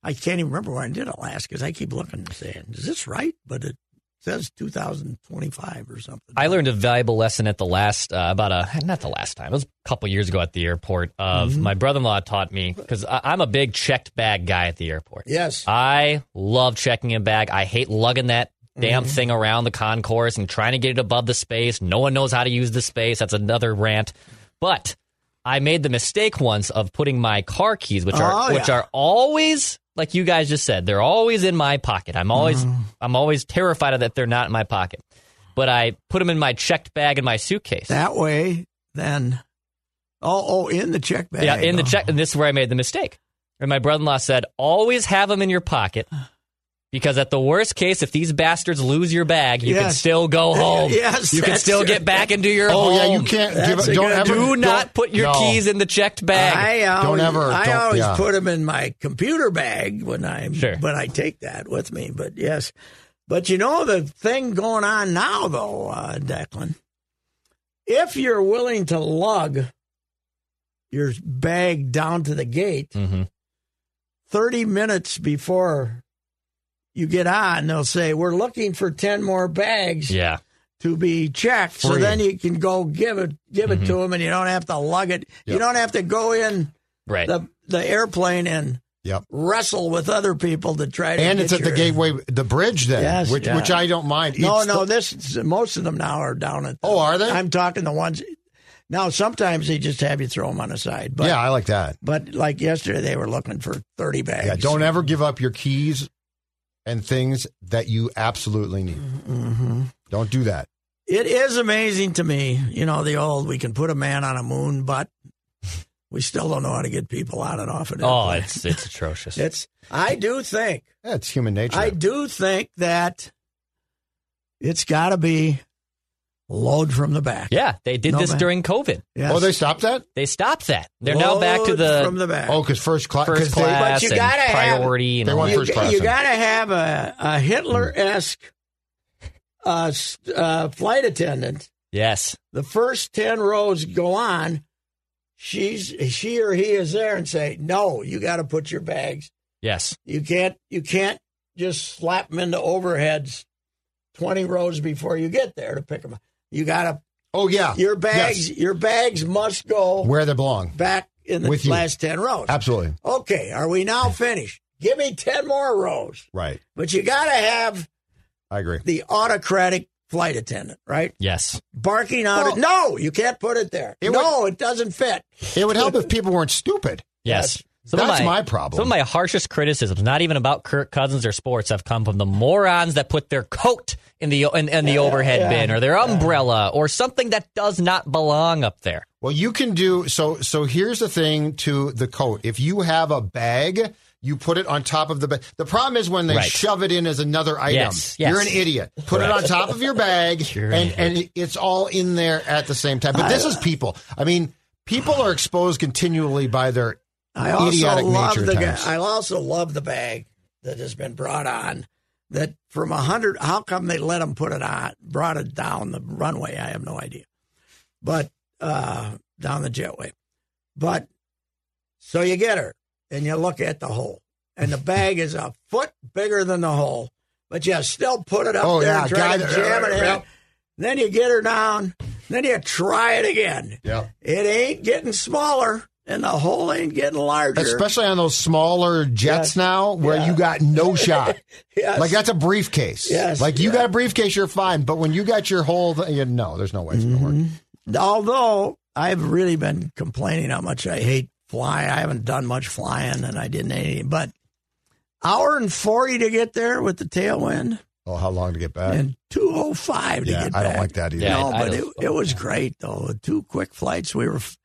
Speaker 2: I can't even remember where I did it last because I keep looking and saying, is this right? But it says 2025 or something.
Speaker 3: I learned a valuable lesson at the last uh, about a not the last time. It was a couple years ago at the airport. Of my brother-in-law taught me because I'm a big checked bag guy at the airport.
Speaker 2: Yes.
Speaker 3: I love checking a bag. I hate lugging that damn
Speaker 2: Mm-hmm.
Speaker 3: thing around the concourse and trying to get it above the space. No one knows how to use the space. That's another rant. But I made the mistake once of putting my car keys, which are
Speaker 2: Oh,
Speaker 3: which
Speaker 2: yeah.
Speaker 3: are always like you guys just said, they're always in my pocket. I'm always
Speaker 2: Mm-hmm.
Speaker 3: I'm always terrified of that they're not in my pocket. But I put them in my checked bag in my suitcase.
Speaker 2: That way, then. Oh, oh, in the check bag.
Speaker 3: Yeah, in the
Speaker 2: Oh.
Speaker 3: check, and this is where I made the mistake. And my brother-in-law said, "Always have them in your
Speaker 2: (gasps)
Speaker 3: pocket, because at the worst case, if these bastards lose your bag, you can
Speaker 2: Yes. (laughs)
Speaker 3: still go home.
Speaker 2: Yes,
Speaker 3: Oh, you can
Speaker 2: that's
Speaker 3: still
Speaker 2: right.
Speaker 3: get back into
Speaker 2: (laughs)
Speaker 3: your
Speaker 4: oh
Speaker 3: home.
Speaker 4: yeah, you can't give
Speaker 2: That's
Speaker 4: it,
Speaker 2: a
Speaker 4: don't
Speaker 2: good-
Speaker 4: ever
Speaker 3: Do
Speaker 4: don't-
Speaker 3: not put your
Speaker 4: no.
Speaker 3: keys in the checked bag.
Speaker 2: I always,
Speaker 4: ever-
Speaker 2: I
Speaker 4: don't-
Speaker 2: always
Speaker 4: yeah.
Speaker 2: put them in my computer bag when I
Speaker 3: Sure.
Speaker 2: when I take that with me. But yes, but you know the thing going on now though, uh, Declan. If you're willing to lug your bag down to the gate,
Speaker 3: Mhm.
Speaker 2: thirty minutes before you get on, they'll say we're looking for ten more bags.
Speaker 3: Yeah,
Speaker 2: to be checked. So
Speaker 4: Free.
Speaker 2: then you can go give it give
Speaker 3: Mm-hmm.
Speaker 2: it to them, and you don't have to lug it. You
Speaker 4: Yep.
Speaker 2: don't have to go in
Speaker 3: right.
Speaker 2: the the airplane and
Speaker 4: Yep.
Speaker 2: wrestle with other people to try to.
Speaker 4: And
Speaker 2: get
Speaker 4: it's at the
Speaker 2: your-
Speaker 4: gateway the bridge then,
Speaker 2: Yes,
Speaker 4: which
Speaker 2: yeah.
Speaker 4: which I don't mind.
Speaker 2: No,
Speaker 4: It's
Speaker 2: no.
Speaker 4: the-
Speaker 2: This is- most of them now are down at. the-
Speaker 4: Oh, are they?
Speaker 2: I'm talking the ones. Now sometimes they just have you throw them on the side, but
Speaker 4: yeah, I like that.
Speaker 2: but like yesterday they were looking for thirty bags.
Speaker 4: Yeah, don't ever give up your keys and things that you absolutely need.
Speaker 2: Mm-hmm.
Speaker 4: Don't do that.
Speaker 2: It is amazing to me, you know, the old we can put a man on a moon, but we still don't know how to get people on and off an
Speaker 3: Oh,
Speaker 2: airplane.
Speaker 3: it's it's atrocious.
Speaker 2: It's. I do think.
Speaker 4: Yeah, it's human nature.
Speaker 2: I do think that it's got to be load from the back.
Speaker 3: Yeah, they did
Speaker 2: No,
Speaker 3: this
Speaker 2: man.
Speaker 3: during COVID.
Speaker 2: Yes.
Speaker 4: Oh, they stopped that?
Speaker 3: They stopped that. They're now back to
Speaker 2: Load
Speaker 3: the,
Speaker 2: from the back.
Speaker 4: Oh, because first class.
Speaker 3: first class
Speaker 2: But you
Speaker 3: and
Speaker 2: gotta have-
Speaker 3: priority and
Speaker 4: They
Speaker 3: all
Speaker 4: want
Speaker 3: that.
Speaker 4: first class.
Speaker 2: You
Speaker 4: in.
Speaker 2: got to have a, a Hitler esque uh, s- uh, flight attendant.
Speaker 3: Yes.
Speaker 2: The first 10 rows go on. She's she or he is there and say, "No, you got to put your bags.
Speaker 3: Yes.
Speaker 2: You can't you can't just slap them into overheads 20 rows before you get there to pick them up. You got
Speaker 4: oh, yeah.
Speaker 2: to your bags
Speaker 4: Yes.
Speaker 2: your bags must go
Speaker 4: Where they belong.
Speaker 2: back in the
Speaker 4: With you.
Speaker 2: last 10 rows.
Speaker 4: Absolutely.
Speaker 2: Okay, are we now finished? Give me 10 more rows.
Speaker 4: Right.
Speaker 2: But you got to have
Speaker 4: I agree.
Speaker 2: the autocratic flight attendant, right?
Speaker 3: Yes.
Speaker 2: Barking out,
Speaker 4: Well-
Speaker 2: no, you can't put it there.
Speaker 4: It
Speaker 2: no, it doesn't fit.
Speaker 4: It would help if people weren't stupid.
Speaker 3: Yes. Some
Speaker 4: That's
Speaker 3: of
Speaker 4: my
Speaker 3: Some
Speaker 4: problem.
Speaker 3: of my harshest criticisms, not even about Kirk Cousins or sports, have come from the morons that put their coat in the in, in the overhead bin or their umbrella or something that does not belong up there.
Speaker 4: well, you can do so. So here's the thing to the coat. If you have a bag, you put it on top of the bag. The problem is when they
Speaker 3: Right.
Speaker 4: shove it in as another item.
Speaker 3: Yes, yes.
Speaker 4: You're an idiot. Put it on top of your bag,
Speaker 3: You're an
Speaker 4: and and it's all in there at the same time. But this is people. I mean, people are exposed continually by their
Speaker 2: I also
Speaker 4: idiotic
Speaker 2: love
Speaker 4: nature
Speaker 2: the
Speaker 4: at
Speaker 2: guy,
Speaker 4: times.
Speaker 2: I also love the bag that has been brought on. That from a hundred, how come they let them put it on? Brought it down the runway. I have no idea, but uh, down the jetway. But so you get her and you look at the hole, and the bag is a foot bigger than the hole, but you still put it up
Speaker 4: Oh,
Speaker 2: there
Speaker 4: yeah,
Speaker 2: and try
Speaker 4: God,
Speaker 2: to jam it
Speaker 4: yeah.
Speaker 2: in. Then you get her down. Then you try it again.
Speaker 4: Yeah.
Speaker 2: It ain't getting smaller, and the hole ain't getting larger.
Speaker 4: especially on those smaller jets
Speaker 2: Yes.
Speaker 4: now where
Speaker 2: Yeah.
Speaker 4: you got no shot.
Speaker 2: Yes.
Speaker 4: Like that's a briefcase.
Speaker 2: Yes.
Speaker 4: Like you
Speaker 2: Yeah.
Speaker 4: got a briefcase, you're fine. But when you got your whole, th- you no, there's no way it's gonna
Speaker 2: Mm-hmm.
Speaker 4: work.
Speaker 2: Although I've really been complaining how much I hate flying. I haven't done much flying, and I didn't. Any, but hour and forty to get there with the tailwind,
Speaker 4: Oh, how long to get back?
Speaker 2: and two oh five to
Speaker 4: yeah,
Speaker 2: get back.
Speaker 4: I don't like that either.
Speaker 3: Yeah,
Speaker 2: No,
Speaker 3: I- I
Speaker 2: but it,
Speaker 3: don't-
Speaker 2: it was great though. The Two quick flights. We were f-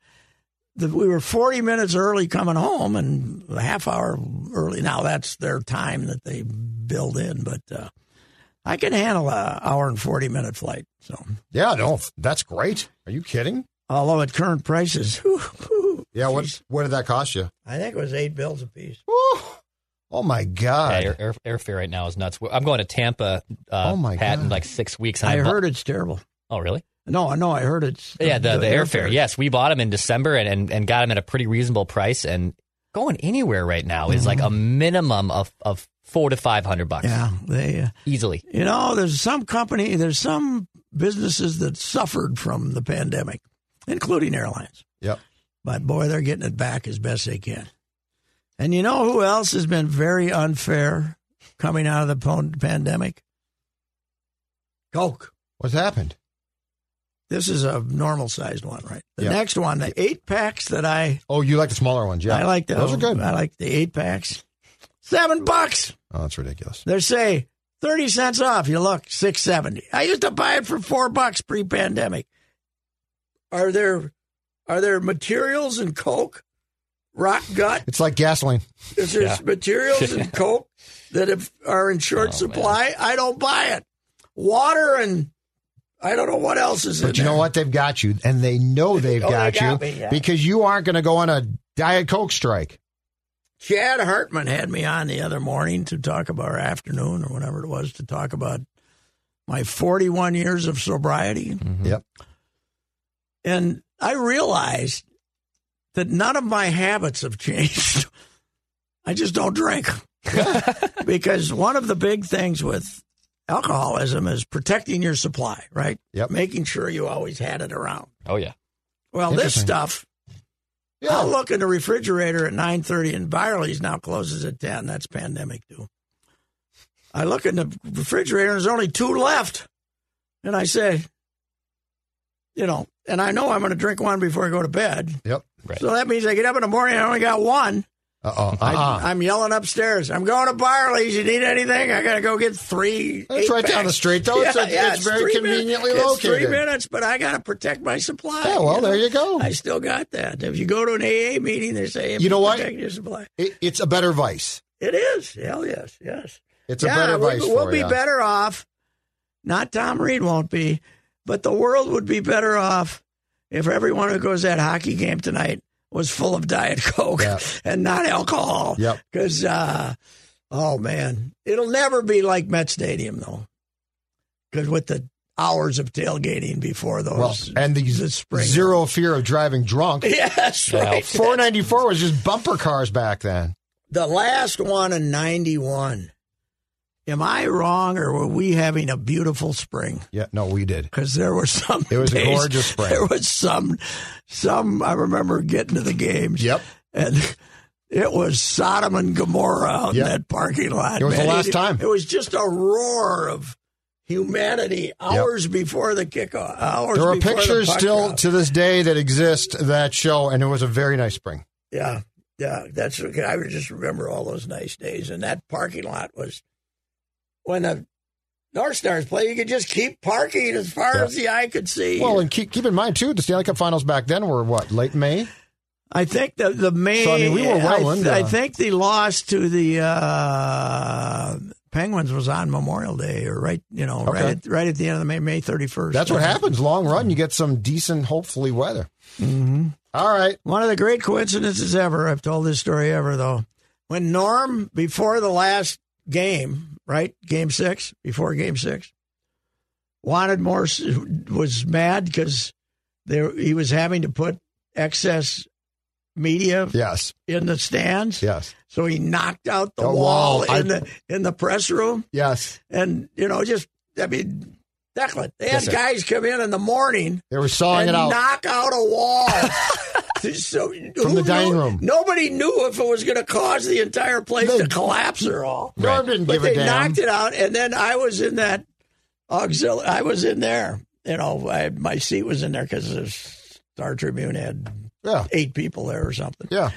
Speaker 2: the, we were forty minutes early coming home, and a half hour early. Now that's their time that they build in, but uh, I can handle a hour and forty minute flight. So,
Speaker 4: Yeah, no, that's great. Are you kidding?
Speaker 2: although at current prices, (laughs)
Speaker 4: Yeah, what what did that cost you?
Speaker 2: I think it was eight bills apiece.
Speaker 4: Woo! Oh my god!
Speaker 3: Yeah, air, air, airfare right now is nuts. I'm going to Tampa. Uh,
Speaker 4: Oh, my
Speaker 3: Pat, in
Speaker 4: God.
Speaker 3: like six weeks. and
Speaker 2: I
Speaker 3: bought-
Speaker 2: heard it's terrible.
Speaker 3: Oh really?
Speaker 2: No, no, I heard it's
Speaker 3: Yeah, the, the, airfare. Yes, we bought them in December and, and, and got them at a pretty reasonable price. And going anywhere right now is like a
Speaker 4: Mm-hmm.
Speaker 3: minimum of, of four to five hundred bucks
Speaker 2: yeah. They, uh,
Speaker 3: easily.
Speaker 2: you know, there's some company, there's some businesses that suffered from the pandemic, including airlines.
Speaker 4: Yep.
Speaker 2: But boy, they're getting it back as best they can. And you know who else has been very unfair coming out of the pon- pandemic? Coke.
Speaker 4: What's happened?
Speaker 2: This is a normal sized one, right? The
Speaker 4: Yeah.
Speaker 2: next one, the eight packs that I
Speaker 4: Oh, you like the smaller ones? Yeah,
Speaker 2: I like the,
Speaker 4: Those are good.
Speaker 2: I like the eight packs. Seven bucks.
Speaker 4: oh, that's ridiculous.
Speaker 2: They say thirty cents off. You look six seventy. I used to buy it for four bucks pre pandemic. Are there are there materials in Coke? Rock
Speaker 4: (laughs)
Speaker 2: gut.
Speaker 4: It's like gasoline.
Speaker 2: If there's materials
Speaker 4: (laughs)
Speaker 2: in Coke that if, are in
Speaker 4: Oh,
Speaker 2: short supply, I don't buy it. Water and I don't know what else is in
Speaker 4: But you know
Speaker 2: there.
Speaker 4: what? They've got you, and they know they've
Speaker 2: Oh, they
Speaker 4: got,
Speaker 2: got
Speaker 4: you
Speaker 2: me, yeah.
Speaker 4: because you aren't going to go on a diet coke strike.
Speaker 2: Chad Hartman had me on the other morning to talk about our afternoon or whatever it was to talk about my 41 years of sobriety.
Speaker 4: Yep.
Speaker 2: And I realized that none of my habits have (laughs) changed. I just don't
Speaker 4: (laughs)
Speaker 2: drink. because one of the big things with alcoholism is protecting your supply, right?
Speaker 4: Yep.
Speaker 2: Making sure you always had it around.
Speaker 3: Oh yeah.
Speaker 2: Well, this
Speaker 4: Interesting.
Speaker 2: stuff
Speaker 4: Yeah.
Speaker 2: I'll look in the refrigerator at nine thirty, and Byerly's now closes at ten. That's pandemic too. I look in the refrigerator, and there's only two left, and I say, you know, and I know I'm going to drink one before I go to bed.
Speaker 4: Yep.
Speaker 3: Right.
Speaker 2: So that means I get up in the morning, I only got one.
Speaker 4: Uh oh. Uh-uh.
Speaker 2: I, am yelling upstairs. I'm going to Byerly's. You need anything? I got to go get three.
Speaker 4: It's right
Speaker 2: eight-packs."
Speaker 4: down the street, though. It's- it's- it's very
Speaker 2: three
Speaker 4: conveniently
Speaker 2: minutes, it's
Speaker 4: located.
Speaker 2: three minutes, but I got to protect my supply.
Speaker 4: Yeah, well, there
Speaker 2: know?
Speaker 4: you go.
Speaker 2: I still got that. If you go to an AA meeting, they say,
Speaker 4: You know what?
Speaker 2: protect your supply.
Speaker 4: It, it's a better vice.
Speaker 2: It is. Hell yes, yes.
Speaker 4: It's
Speaker 2: yeah,
Speaker 4: a better
Speaker 2: we-
Speaker 4: vice.
Speaker 2: We'll
Speaker 4: for
Speaker 2: be
Speaker 4: ya.
Speaker 2: better off. Not Tom Reed won't be, But the world would be better off if everyone who goes to that hockey game tonight was full of Diet Coke
Speaker 4: Yeah.
Speaker 2: (laughs) and not alcohol.
Speaker 4: Yep.
Speaker 2: Because, uh, oh man, it'll never be like Met Stadium though, because with the hours of tailgating before
Speaker 4: Well,
Speaker 2: those
Speaker 4: and
Speaker 2: the
Speaker 4: the
Speaker 2: spring.
Speaker 4: zero fear of driving
Speaker 2: (laughs)
Speaker 4: drunk.
Speaker 2: Yes, right.
Speaker 4: 494 was just bumper cars back then.
Speaker 2: The last one in '91. Am I wrong, or were we having a beautiful spring?
Speaker 4: Yeah, no, we did.
Speaker 2: Because there were some.
Speaker 4: It was a
Speaker 2: days- (laughs)
Speaker 4: gorgeous spring.
Speaker 2: There was some. Some I remember getting to the games.
Speaker 4: Yep.
Speaker 2: and it was Sodom and Gomorrah out
Speaker 4: Yep.
Speaker 2: in that parking lot.
Speaker 4: It was the
Speaker 2: man.
Speaker 4: last
Speaker 2: It-
Speaker 4: time.
Speaker 2: It was just a roar of humanity hours before the kickoff. Hours
Speaker 4: There are
Speaker 2: before the
Speaker 4: pictures
Speaker 2: puck
Speaker 4: still
Speaker 2: drop.
Speaker 4: to this day that exist that show, and it was a very nice spring.
Speaker 2: Yeah, yeah. That's okay. I just remember all those nice days, and that parking lot was when the North Stars play. You could just keep parking as far
Speaker 4: Yeah.
Speaker 2: as the eye could see.
Speaker 4: Well, and keep, keep in mind, too, the Stanley Cup finals back then were what, late May?
Speaker 2: I think the the main.
Speaker 4: So, I mean, we were well
Speaker 2: I,
Speaker 4: into-
Speaker 2: I think the loss to the uh, Penguins was on Memorial Day, or right, you know, right,
Speaker 4: Okay.
Speaker 2: at, right at the end of the May May thirty first.
Speaker 4: That's what happens. Long run, you get some decent, hopefully, weather.
Speaker 2: Mm-hmm.
Speaker 4: All right.
Speaker 2: One of the great coincidences ever. I've told this story ever though. When Norm, before the last game, right, game six, before game six, wanted more, s- was mad because there he was having to put excess media
Speaker 4: Yes.
Speaker 2: in the stands.
Speaker 4: Yes.
Speaker 2: So he knocked out the
Speaker 4: The
Speaker 2: wall,
Speaker 4: wall. I-
Speaker 2: in the in the press room,
Speaker 4: Yes.
Speaker 2: and you know, just I mean, Declan. They had
Speaker 4: Yes, sir.
Speaker 2: guys come in in the morning
Speaker 4: They were sawing
Speaker 2: and
Speaker 4: it out.
Speaker 2: knock out a
Speaker 4: (laughs)
Speaker 2: wall. so
Speaker 4: From the dining room.
Speaker 2: nobody knew if it was going to cause the entire place
Speaker 4: They-
Speaker 2: to collapse or all.
Speaker 4: Norm didn't
Speaker 2: But
Speaker 4: give a
Speaker 2: they
Speaker 4: damn.
Speaker 2: knocked it out, and then I was in that auxiliary. I was in there. You know, I, my seat was in there because the Star Tribune had
Speaker 4: Yeah.
Speaker 2: eight people there or something
Speaker 4: Yeah.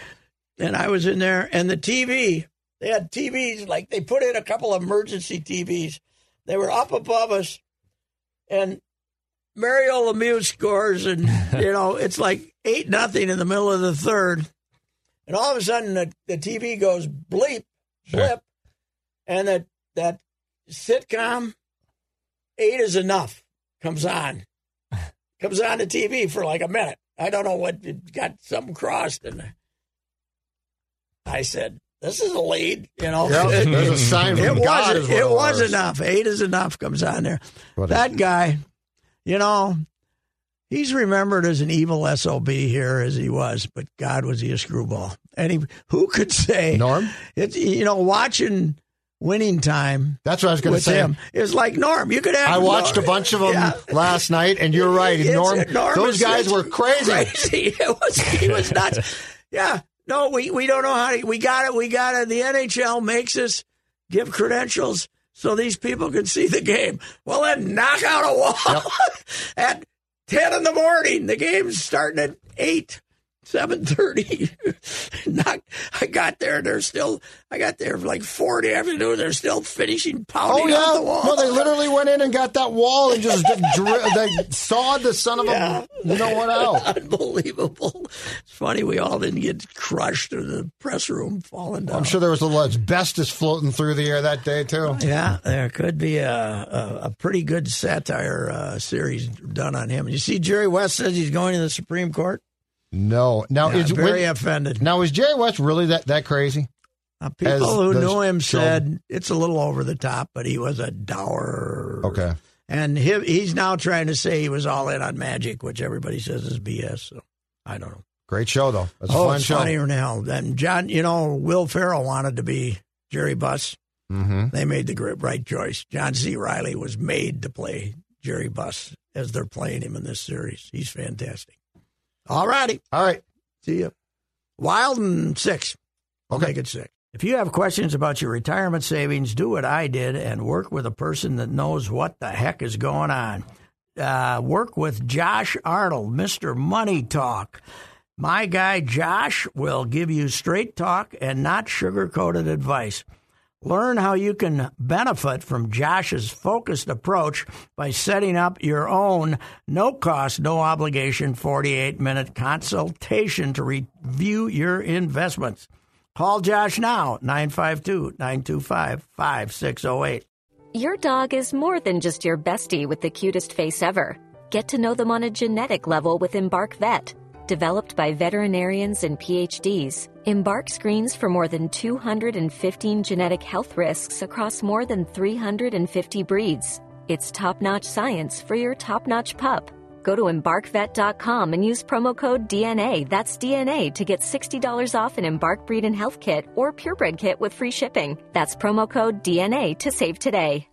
Speaker 2: and I was in there, and the TV, they had TVs, like they put in a couple of emergency TVs. They were up above us, and Mario Lemieux scores, and, you know, it's like 8 nothing in the middle of the third. And all of a sudden, the, the TV goes bleep, blip, and that, that sitcom, 8 is enough, comes on. Comes on the TV for like a minute. I don't know what, it got something crossed in there. I said, "This is a lead," you know.
Speaker 4: Yep. There's
Speaker 2: (laughs)
Speaker 4: a
Speaker 2: It,
Speaker 4: sign from God.
Speaker 2: was
Speaker 4: is one
Speaker 2: it
Speaker 4: of
Speaker 2: was
Speaker 4: ours.
Speaker 2: enough. Eight is enough comes on there.
Speaker 4: What a-
Speaker 2: that guy, you know, he's remembered as an evil sob here as he was, but God was he a screwball. And he, who could say?
Speaker 4: Norm?
Speaker 2: It's you know watching winning time
Speaker 4: That's what I was going to
Speaker 2: with
Speaker 4: say.
Speaker 2: him is like Norm. You could have.
Speaker 4: I watched a
Speaker 2: Norm.
Speaker 4: bunch of them
Speaker 2: Yeah.
Speaker 4: last night,
Speaker 2: (laughs)
Speaker 4: and you're right.
Speaker 2: It's
Speaker 4: Norm,
Speaker 2: enormous.
Speaker 4: those guys
Speaker 2: It's
Speaker 4: were crazy.
Speaker 2: crazy. (laughs) It was, he was nuts. yeah. No, we, we don't know how to. We got it. We got it. The NHL makes us give credentials so these people can see the game. Well, then knock out a wall (laughs) at 10 in the morning. The game's starting at 8. 7.30 (laughs) knock i got there they're still i got there like 4 in the afternoon they're still finishing pounding
Speaker 4: Oh
Speaker 2: on
Speaker 4: yeah,
Speaker 2: the wall
Speaker 4: no, they literally went in and got that wall and just dri- (laughs) they sawed the son of
Speaker 2: Yeah.
Speaker 4: a you know what
Speaker 2: (laughs)
Speaker 4: out.
Speaker 2: Unbelievable. It's funny we all didn't get crushed in the press room falling down.
Speaker 4: I'm sure there was a lot of asbestos floating through the air that day too.
Speaker 2: Yeah, there could be a, a, a pretty good satire uh, series done on him. You see, Jerry West says he's going to the Supreme Court.
Speaker 4: No, now
Speaker 2: Yeah,
Speaker 4: Oh, is
Speaker 2: very
Speaker 4: when-
Speaker 2: offended.
Speaker 4: now is Jerry West really that that crazy?
Speaker 2: Uh,
Speaker 4: As
Speaker 2: people who
Speaker 4: those
Speaker 2: knew him said
Speaker 4: children-
Speaker 2: it's a little over the top, but he was a dour.
Speaker 4: Okay,
Speaker 2: And he, he's now trying to say he was all in on magic, which everybody says is BS. So I don't know.
Speaker 4: great show though. That's
Speaker 2: oh,
Speaker 4: a fun
Speaker 2: it's
Speaker 4: show.
Speaker 2: funnier now. And John, you know, Will Farrell wanted to be Jerry Buss.
Speaker 4: Mm-hmm.
Speaker 2: They made the gr- right choice. John C. Riley was made to play Jerry Buss as they're playing him in this series. He's fantastic. All righty.
Speaker 4: All right,
Speaker 2: See you. Wild and six. I'll
Speaker 4: Okay.
Speaker 2: make it six. If you have questions about your retirement savings, do what I did and work with a person that knows what the heck is going on. Uh, work with Josh Arnold, Mr. Money Talk. My guy Josh will give you straight talk and not sugar coated advice. Learn how you can benefit from Josh's focused approach by setting up your own no cost, no obligation 48 minute consultation to review your investments. Call Josh now, 952 925 5608.
Speaker 5: Your dog is more than just your bestie with the cutest face ever. Get to know them on a genetic level with Embark Vet. Developed by veterinarians and PhDs, Embark screens for more than 215 genetic health risks across more than 350 breeds. It's top notch science for your top notch pup. Go to embarkvet.com and use promo code DNA, that's DNA, to get $60 off an Embark Breed and Health Kit or Purebred Kit with free shipping. That's promo code DNA to save today.